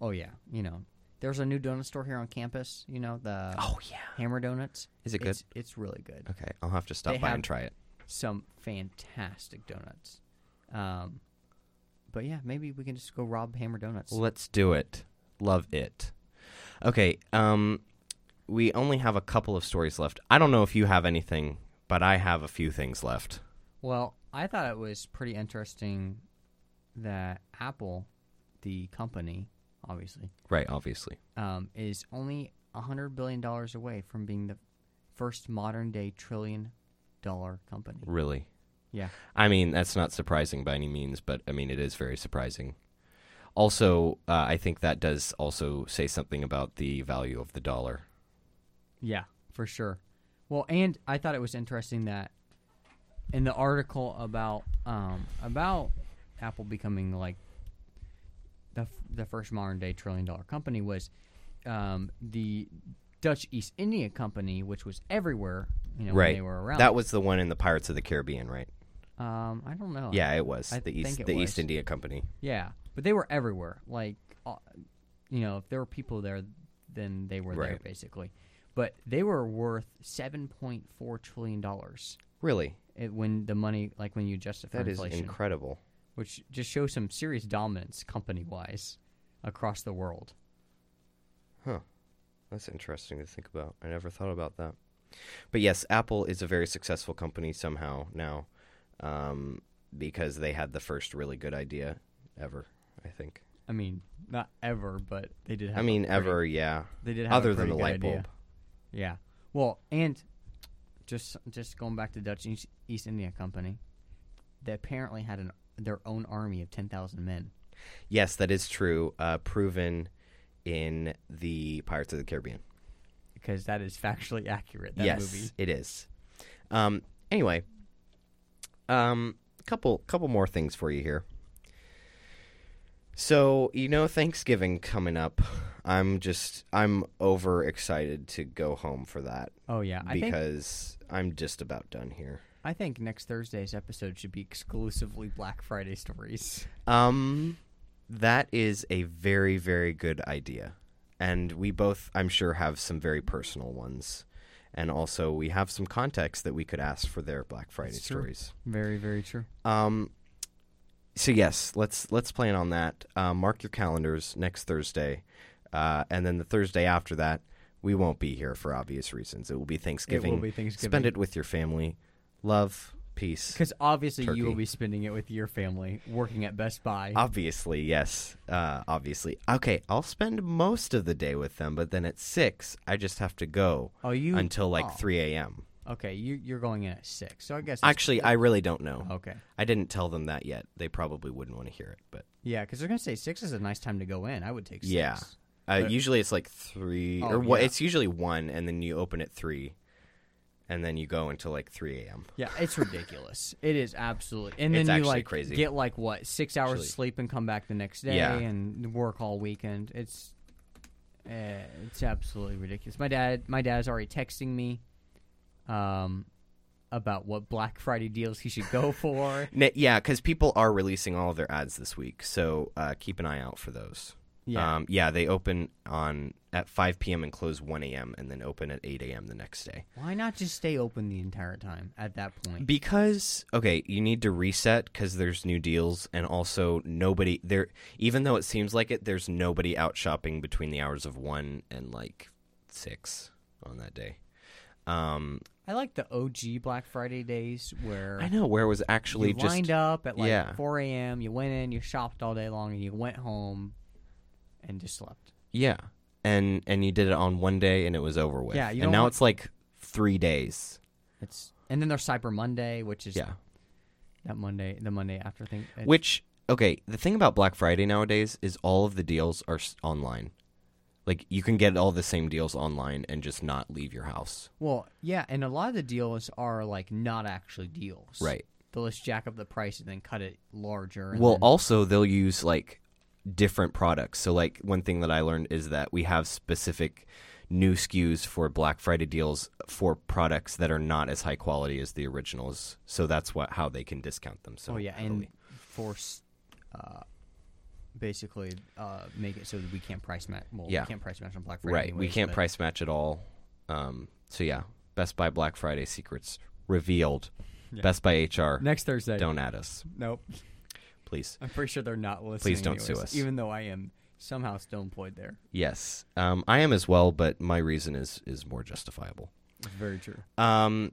Speaker 3: oh yeah, you know, There's a new donut store here on campus. You know the
Speaker 4: Oh yeah.
Speaker 3: Hammer Donuts.
Speaker 4: Is it good? Uh.
Speaker 3: It's, it's really good.
Speaker 4: Okay, I'll have to stop
Speaker 3: They
Speaker 4: by
Speaker 3: have-
Speaker 4: and try it.
Speaker 3: Some fantastic donuts. Um, but yeah, maybe we can just go rob Hammer Donuts.
Speaker 4: Let's do it. Love it. Okay, um we only have a couple of stories left. I don't know if you have anything, but I have a few things left.
Speaker 3: Well, I thought it was pretty interesting that Apple, the company, obviously,
Speaker 4: Right, obviously.
Speaker 3: um, is only $100 billion away from being the first modern day trillion dollar company.
Speaker 4: Really.
Speaker 3: Yeah.
Speaker 4: I mean, that's not surprising by any means, but I mean, it is very surprising. Also, uh, I think that does also say something about the value of the dollar.
Speaker 3: Yeah, for sure. Well, and I thought it was interesting that in the article about um, about Apple becoming like the f- the first modern day trillion dollar company was um, the Dutch East India Company, which was everywhere. You know, when they were around.
Speaker 4: That was the one in the Pirates of the Caribbean, right?
Speaker 3: um, I don't know.
Speaker 4: Yeah, it was
Speaker 3: I
Speaker 4: the
Speaker 3: think
Speaker 4: East
Speaker 3: it
Speaker 4: the
Speaker 3: was.
Speaker 4: East India Company.
Speaker 3: yeah, but they were everywhere. Like, uh, you know, if there were people there, then they were there
Speaker 4: Right.
Speaker 3: basically. But they were worth seven point four trillion dollars.
Speaker 4: Really,
Speaker 3: it, when the money, like when you adjust it for
Speaker 4: that is
Speaker 3: inflation,
Speaker 4: incredible.
Speaker 3: which just shows some serious dominance company wise across the world.
Speaker 4: That's interesting to think about. I never thought about that. But yes, Apple is a very successful company somehow now, um, because they had the first really good idea ever. I think.
Speaker 3: I mean, not ever, but they did. Have
Speaker 4: I
Speaker 3: a
Speaker 4: mean,
Speaker 3: pretty-
Speaker 4: ever, yeah.
Speaker 3: They did have a
Speaker 4: Other than
Speaker 3: pretty
Speaker 4: the
Speaker 3: good
Speaker 4: light bulb.
Speaker 3: idea. Yeah. Well, and just just going back to Dutch East, East India Company, they apparently had an their own army of ten thousand men.
Speaker 4: Yes, that is true. Uh, proven in the Pirates of the Caribbean.
Speaker 3: Because that is factually accurate. That
Speaker 4: yes,
Speaker 3: movie.
Speaker 4: it is. Um, anyway, um, couple couple more things for you here. So you know Thanksgiving coming up, I'm just I'm overexcited to go home for that
Speaker 3: Oh yeah, I think
Speaker 4: because I'm just about done here.
Speaker 3: I think next Thursday's episode should be exclusively Black Friday stories.
Speaker 4: Um, that is a very, very good idea. And we both, I'm sure, have some very personal ones. And also, we have some contacts that we could ask for their Black Friday
Speaker 3: That's true.
Speaker 4: stories.
Speaker 3: Very very true.
Speaker 4: Um, so yes, let's let's plan on that. Uh, mark your calendars next Thursday, uh, and then the Thursday after that, we won't be here for obvious reasons. It will be Thanksgiving.
Speaker 3: be Thanksgiving.
Speaker 4: Spend it with your family. Love, peace.
Speaker 3: Because obviously
Speaker 4: Turkey.
Speaker 3: you will be spending it with your family working at Best Buy.
Speaker 4: Obviously, yes. Uh, obviously. Okay, I'll spend most of the day with them, but then at 6, I just have to go
Speaker 3: oh, you
Speaker 4: until like
Speaker 3: oh,
Speaker 4: 3 a.m.
Speaker 3: Okay, you you're going in at six, so I guess that's-
Speaker 4: Actually, I really don't know.
Speaker 3: okay.
Speaker 4: I didn't tell them that yet. They probably wouldn't want to hear it, but
Speaker 3: Yeah, because they're gonna say six is a nice time to go in. I would take six.
Speaker 4: Yeah. uh, usually it's like 3
Speaker 3: Oh,
Speaker 4: or what
Speaker 3: yeah.
Speaker 4: it's usually 1 and then you open at 3 and then you go until like 3 a.m.
Speaker 3: Yeah, it's ridiculous. it is absolutely, and
Speaker 4: It's
Speaker 3: then you
Speaker 4: actually
Speaker 3: like
Speaker 4: crazy.
Speaker 3: get like what six hours
Speaker 4: Actually.
Speaker 3: sleep and come back the next day
Speaker 4: Yeah.
Speaker 3: and work all weekend. It's uh, it's absolutely ridiculous. My dad, my dad's already texting me, um, about what Black Friday deals he should go for.
Speaker 4: N- yeah, cuz people are releasing all of their ads this week. So, uh, keep an eye out for those.
Speaker 3: Yeah,
Speaker 4: Um, yeah, they open on at 5 p.m. and close 1 a.m. and then open at 8 a.m. the next day.
Speaker 3: Why not just stay open the entire time at that point?
Speaker 4: Because okay, you need to reset because there's new deals and also nobody there. Even though it seems like it, there's nobody out shopping between the hours of one and like six on that day. Um,
Speaker 3: I like the OG Black Friday days where
Speaker 4: I know where it was actually
Speaker 3: you
Speaker 4: just
Speaker 3: lined up at like
Speaker 4: yeah.
Speaker 3: 4 a.m., you went in, you shopped all day long, and you went home and just slept.
Speaker 4: yeah, and and you did it on one day and it was over with.
Speaker 3: Yeah,
Speaker 4: and
Speaker 3: you don't
Speaker 4: now
Speaker 3: want-
Speaker 4: it's like three days.
Speaker 3: It's and then there's Cyber Monday, which is
Speaker 4: Yeah.
Speaker 3: that Monday, the Monday after thing. It's-
Speaker 4: Which okay, the thing about Black Friday nowadays is all of the deals are s- online. Like you can get all the same deals online and just not leave your house.
Speaker 3: well, yeah, and a lot of the deals are like not actually deals,
Speaker 4: Right.
Speaker 3: They'll just jack up the price and then cut it larger. And
Speaker 4: Well,
Speaker 3: then-
Speaker 4: also they'll use like different products. So like one thing that I learned is that we have specific new SKUs for Black Friday deals for products that are not as high quality as the originals. So that's what how they can discount them. So
Speaker 3: oh yeah, and
Speaker 4: heavily.
Speaker 3: for s- uh, basically uh, make it so that we can't price match. Well,
Speaker 4: Yeah.
Speaker 3: we can't price match on Black Friday.
Speaker 4: Right. we
Speaker 3: anyways,
Speaker 4: can't
Speaker 3: but-
Speaker 4: price match at all. Um, so yeah, Best Buy Black Friday secrets revealed.
Speaker 5: Yeah.
Speaker 4: Best Buy HR.
Speaker 5: Next Thursday.
Speaker 4: Don't at us,
Speaker 5: Nope.
Speaker 4: please.
Speaker 5: I'm pretty sure they're not listening.
Speaker 4: Please don't sue
Speaker 5: anyways,
Speaker 4: us.
Speaker 5: Even though I am somehow still employed there.
Speaker 4: Yes, um, I am as well, but my reason is is more justifiable.
Speaker 5: It's very true.
Speaker 4: Um,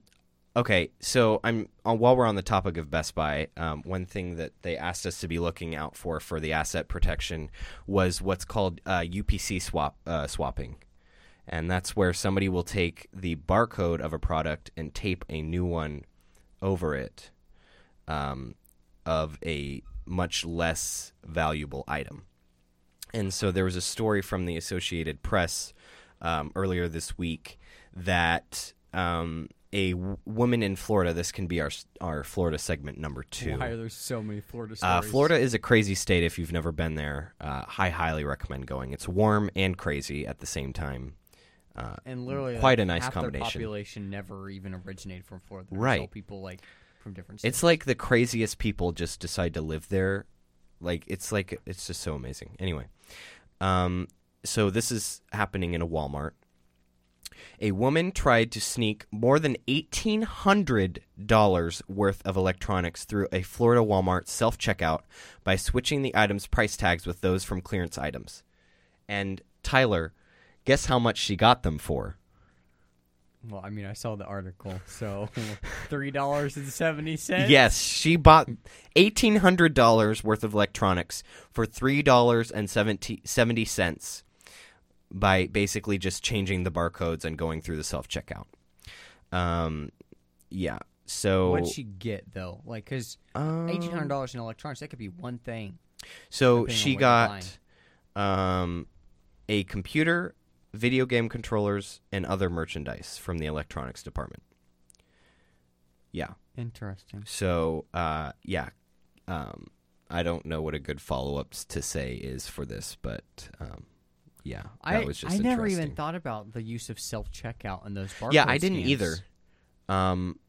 Speaker 4: okay, so I'm uh, while we're on the topic of Best Buy, um, one thing that they asked us to be looking out for for the asset protection was what's called uh, UPC swap uh, swapping, and that's where somebody will take the barcode of a product and tape a new one over it um, of a much less valuable item. And so there was a story from the Associated Press um, earlier this week that um, a w- woman in Florida, this can be our, s- our Florida segment number two.
Speaker 5: Why are there so many Florida
Speaker 4: Uh,
Speaker 5: stories?
Speaker 4: Florida is a crazy state if you've never been there. Uh, I highly recommend going. It's warm and crazy at the same time. Uh,
Speaker 3: And literally,
Speaker 4: quite
Speaker 3: like,
Speaker 4: a nice
Speaker 3: half Their
Speaker 4: combination.
Speaker 3: population never even originated from Florida. They're
Speaker 4: Right.
Speaker 3: still people like from different states.
Speaker 4: It's like the craziest people just decide to live there. Like it's like it's just so amazing. Anyway, um, so this is happening in a Walmart. A woman tried to sneak more than eighteen hundred dollars worth of electronics through a Florida Walmart self checkout by switching the items' price tags with those from clearance items. And Tyler, guess how much she got them for?
Speaker 5: Well, I mean, I saw the article. So three dollars and seventy cents.
Speaker 4: Yes, she bought eighteen hundred dollars worth of electronics for three dollars and seventy cents by basically just changing the barcodes and going through the self checkout. Um, yeah. So
Speaker 3: What'd she get though? Like, cause
Speaker 4: um,
Speaker 3: eighteen hundred dollars in electronics that could be one thing.
Speaker 4: So
Speaker 3: depending on
Speaker 4: she
Speaker 3: what you're
Speaker 4: got um, a computer, video game controllers, and other merchandise from the electronics department. Yeah.
Speaker 3: Interesting.
Speaker 4: So, uh, yeah, um, I don't know what a good follow up to say is for this, but um, yeah, that
Speaker 3: I
Speaker 4: was just
Speaker 3: I never even
Speaker 4: interesting.
Speaker 3: thought about the use of self checkout in those barcode.
Speaker 4: Yeah, I didn't either.
Speaker 3: scans,
Speaker 4: Um,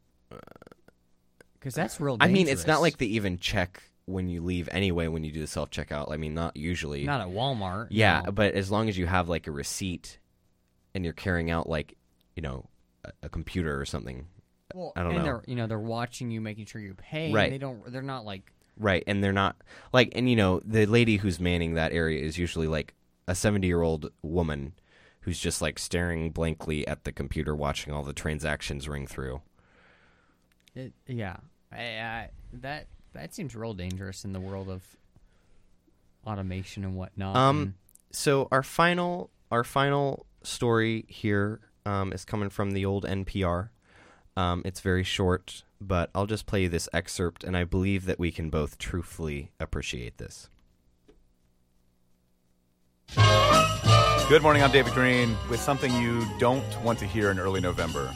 Speaker 3: Cause that's real.
Speaker 4: I mean, it's not
Speaker 3: dangerous.
Speaker 4: like they even check when you leave anyway when you do the self checkout. I mean, not usually.
Speaker 3: not at Walmart.
Speaker 4: yeah,
Speaker 3: no.
Speaker 4: but as long as you have like a receipt and you're carrying out like you know a, a computer or something,
Speaker 3: Well,
Speaker 4: I don't
Speaker 3: and
Speaker 4: know.
Speaker 3: They're, you know, they're watching you, making sure you pay. and
Speaker 4: Right.
Speaker 3: They don't. They're not like.
Speaker 4: Right, and they're not like, and you know, the lady who's manning that area is usually like a seventy-year-old woman who's just like staring blankly at the computer, watching all the transactions ring through.
Speaker 3: It, eh, yeah. I, I, that that seems real dangerous in the world of automation and whatnot. and-
Speaker 4: Um, so our final, our final story here um, is coming from the old NPR. Um, it's very short, but I'll just play you this excerpt, and I believe that we can both truthfully appreciate this.
Speaker 8: Good morning, I'm David Green with something you don't want to hear in early November.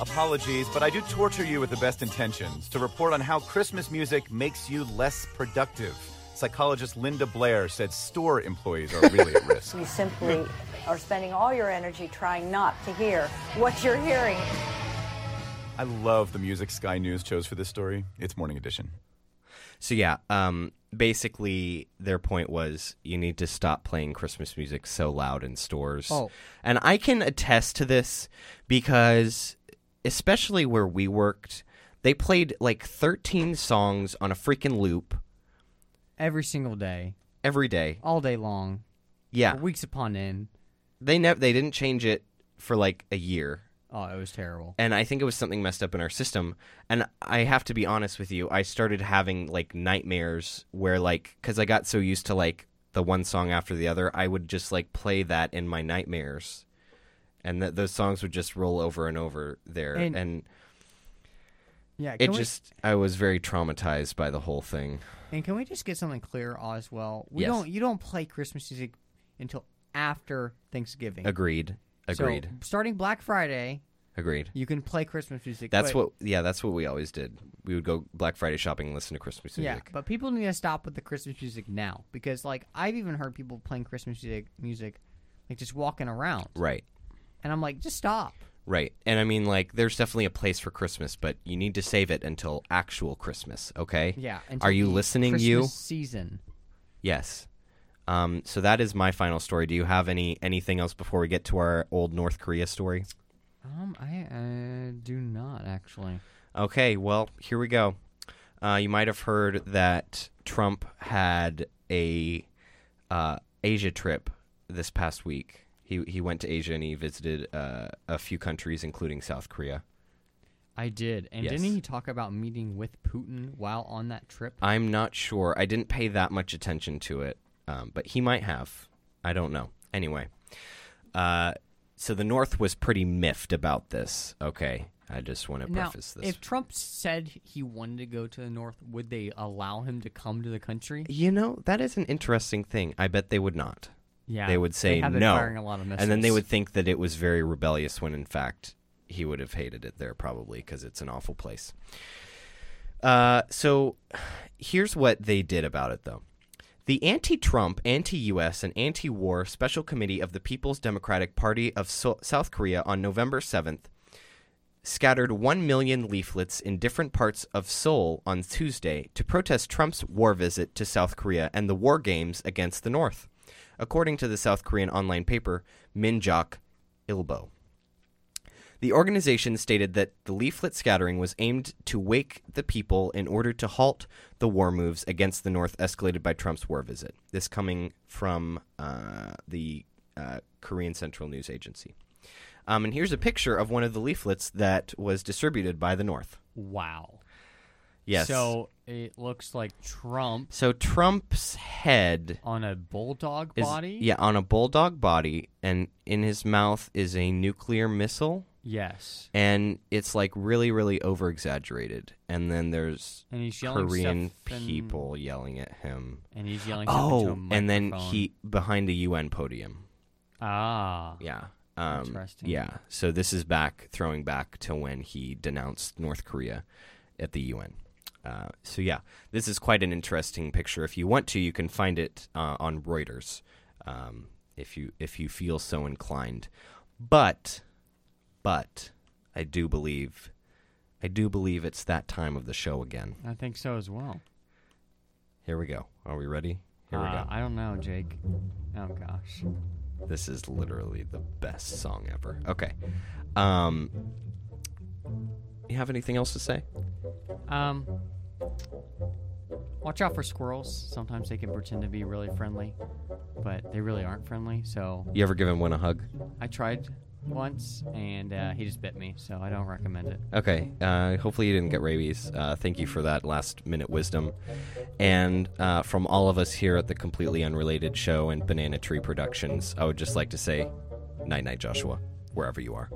Speaker 8: Apologies, but I do torture you with the best intentions to report on how Christmas music makes you less productive. Psychologist Linda Blair said store employees are really at risk.
Speaker 9: You simply are spending all your energy trying not to hear what you're hearing.
Speaker 8: I love the music Sky News chose for this story. It's Morning Edition.
Speaker 4: So yeah, um, basically their point was you need to stop playing Christmas music so loud in stores.
Speaker 3: Oh.
Speaker 4: And I can attest to this because especially where we worked, they played like 13 songs on a freaking loop
Speaker 3: every single day,
Speaker 4: every day.
Speaker 3: all day long,
Speaker 4: Yeah.
Speaker 3: for weeks upon end.
Speaker 4: They never they didn't change it for like a year.
Speaker 3: Oh, it was terrible.
Speaker 4: and I think it was something messed up in our system. And I have to be honest with you, I started having like nightmares where like because I got so used to like the one song after the other, I would just like play that in my nightmares, and that those songs would just roll over and over there, and,
Speaker 3: And- Yeah,
Speaker 4: it
Speaker 3: can we-
Speaker 4: just I was very traumatized by the whole thing.
Speaker 3: and can we just get something clear as well? We
Speaker 4: Yes.
Speaker 3: don't. You don't play Christmas music until after Thanksgiving.
Speaker 4: Agreed, agreed,
Speaker 3: So, starting Black Friday,
Speaker 4: agreed.
Speaker 3: you can play Christmas music.
Speaker 4: That's
Speaker 3: but-
Speaker 4: what yeah, that's what we always did. We would go Black Friday shopping, and listen to Christmas
Speaker 3: Yeah,
Speaker 4: music.
Speaker 3: but people need to stop with the Christmas music now because, like, I've even heard people playing Christmas music, music, like just walking around,
Speaker 4: Right,
Speaker 3: and I'm like, just stop.
Speaker 4: Right. And I mean, like, there's definitely a place for Christmas, but you need to save it until actual Christmas, okay?
Speaker 3: Yeah.
Speaker 4: Are
Speaker 3: until
Speaker 4: you
Speaker 3: the
Speaker 4: listening, you?
Speaker 3: Christmas Season.
Speaker 4: Yes. Um, so that is my final story. Do you have any anything else before we get to our old North Korea story?
Speaker 3: Um, I uh, do not actually.
Speaker 4: Okay, well, here we go. Uh, you might have heard that Trump had a uh, Asia trip this past week. He he went to Asia and he visited uh, a few countries, including South Korea.
Speaker 3: I did, and
Speaker 4: Yes.
Speaker 3: didn't he talk about meeting with Putin while on that trip?
Speaker 4: I'm not sure. I didn't pay that much attention to it, um, but he might have. I don't know. Anyway, uh, so the North was pretty miffed about this. Okay, I just want to
Speaker 3: Now,
Speaker 4: preface this.
Speaker 3: if Trump said he wanted to go to the North, would they allow him to come to the country?
Speaker 4: you know, that is an interesting thing. I bet they would not.
Speaker 3: Yeah,
Speaker 4: they would say
Speaker 3: have been
Speaker 4: no,
Speaker 3: firing a lot of
Speaker 4: and then they
Speaker 3: missiles.
Speaker 4: would think that it was very rebellious when, in fact, he would have hated it there probably because it's an awful place. Uh, so, here's what they did about it though. The anti Trump, anti US, and anti war special committee of the People's Democratic Party of so- South Korea on November 7th scattered 1 million leaflets in different parts of Seoul on Tuesday to protest Trump's war visit to South Korea and the war games against the North, according to the South Korean online paper Minjok Ilbo. The organization stated that the leaflet scattering was aimed to wake the people in order to halt the war moves against the North escalated by Trump's war visit. This coming from uh, the uh, Korean Central News Agency. Um, and here's a picture of one of the leaflets that was distributed by the North.
Speaker 3: Wow.
Speaker 4: Yes.
Speaker 3: So it looks like Trump
Speaker 4: so Trump's head
Speaker 3: on a bulldog
Speaker 4: is
Speaker 3: body.
Speaker 4: yeah on a bulldog body, and in his mouth is a nuclear missile,
Speaker 3: Yes.
Speaker 4: and it's like really, really over exaggerated. And then there's
Speaker 3: And he's yelling
Speaker 4: Korean
Speaker 3: stuff and-
Speaker 4: people yelling at him.
Speaker 3: And he's yelling. stuff into
Speaker 4: Oh,
Speaker 3: a
Speaker 4: and then
Speaker 3: microphone.
Speaker 4: he behind the UN podium.
Speaker 3: Ah.
Speaker 4: Yeah. Um,
Speaker 3: Interesting.
Speaker 4: Yeah. So this is back throwing back to when he denounced North Korea at the UN. Uh, so yeah, this is quite an interesting picture. If you want to, you can find it uh, on Reuters um, if you if you feel so inclined. But but I do believe I do believe it's that time of the show again.
Speaker 3: I think so as well.
Speaker 4: Here we go. Are we ready? Here we
Speaker 3: Uh,
Speaker 4: go.
Speaker 3: I don't know, Jake. Oh gosh.
Speaker 4: This is literally the best song ever. Okay. Um You have anything else to say?
Speaker 3: Um. Watch out for squirrels. Sometimes they can pretend to be really friendly, but they really aren't friendly. So
Speaker 4: You ever given one a hug?
Speaker 3: I tried once, and uh, he just bit me. So I don't recommend it.
Speaker 4: Okay. Uh, hopefully you didn't get rabies. Uh, thank you for that last minute wisdom. And uh, from all of us here at the completely unrelated show and Banana Tree Productions, I would just like to say, night night, Joshua, wherever you are.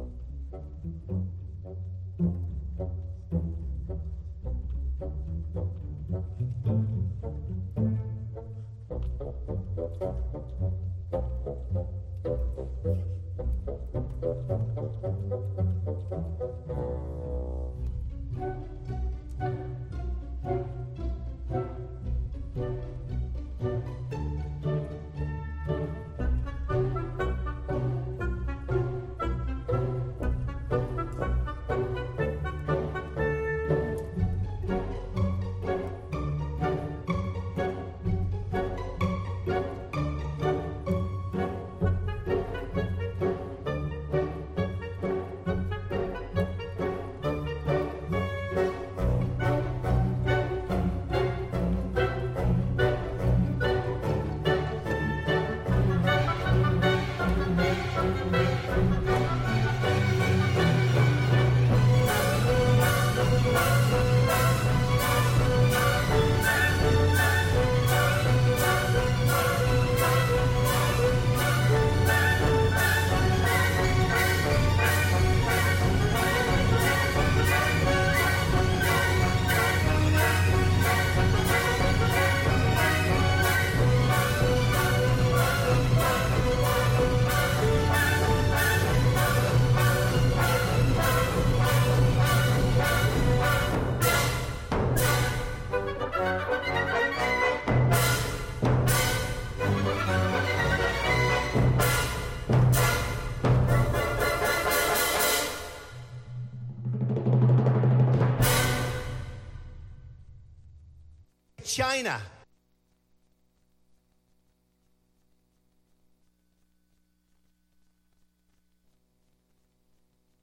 Speaker 10: China.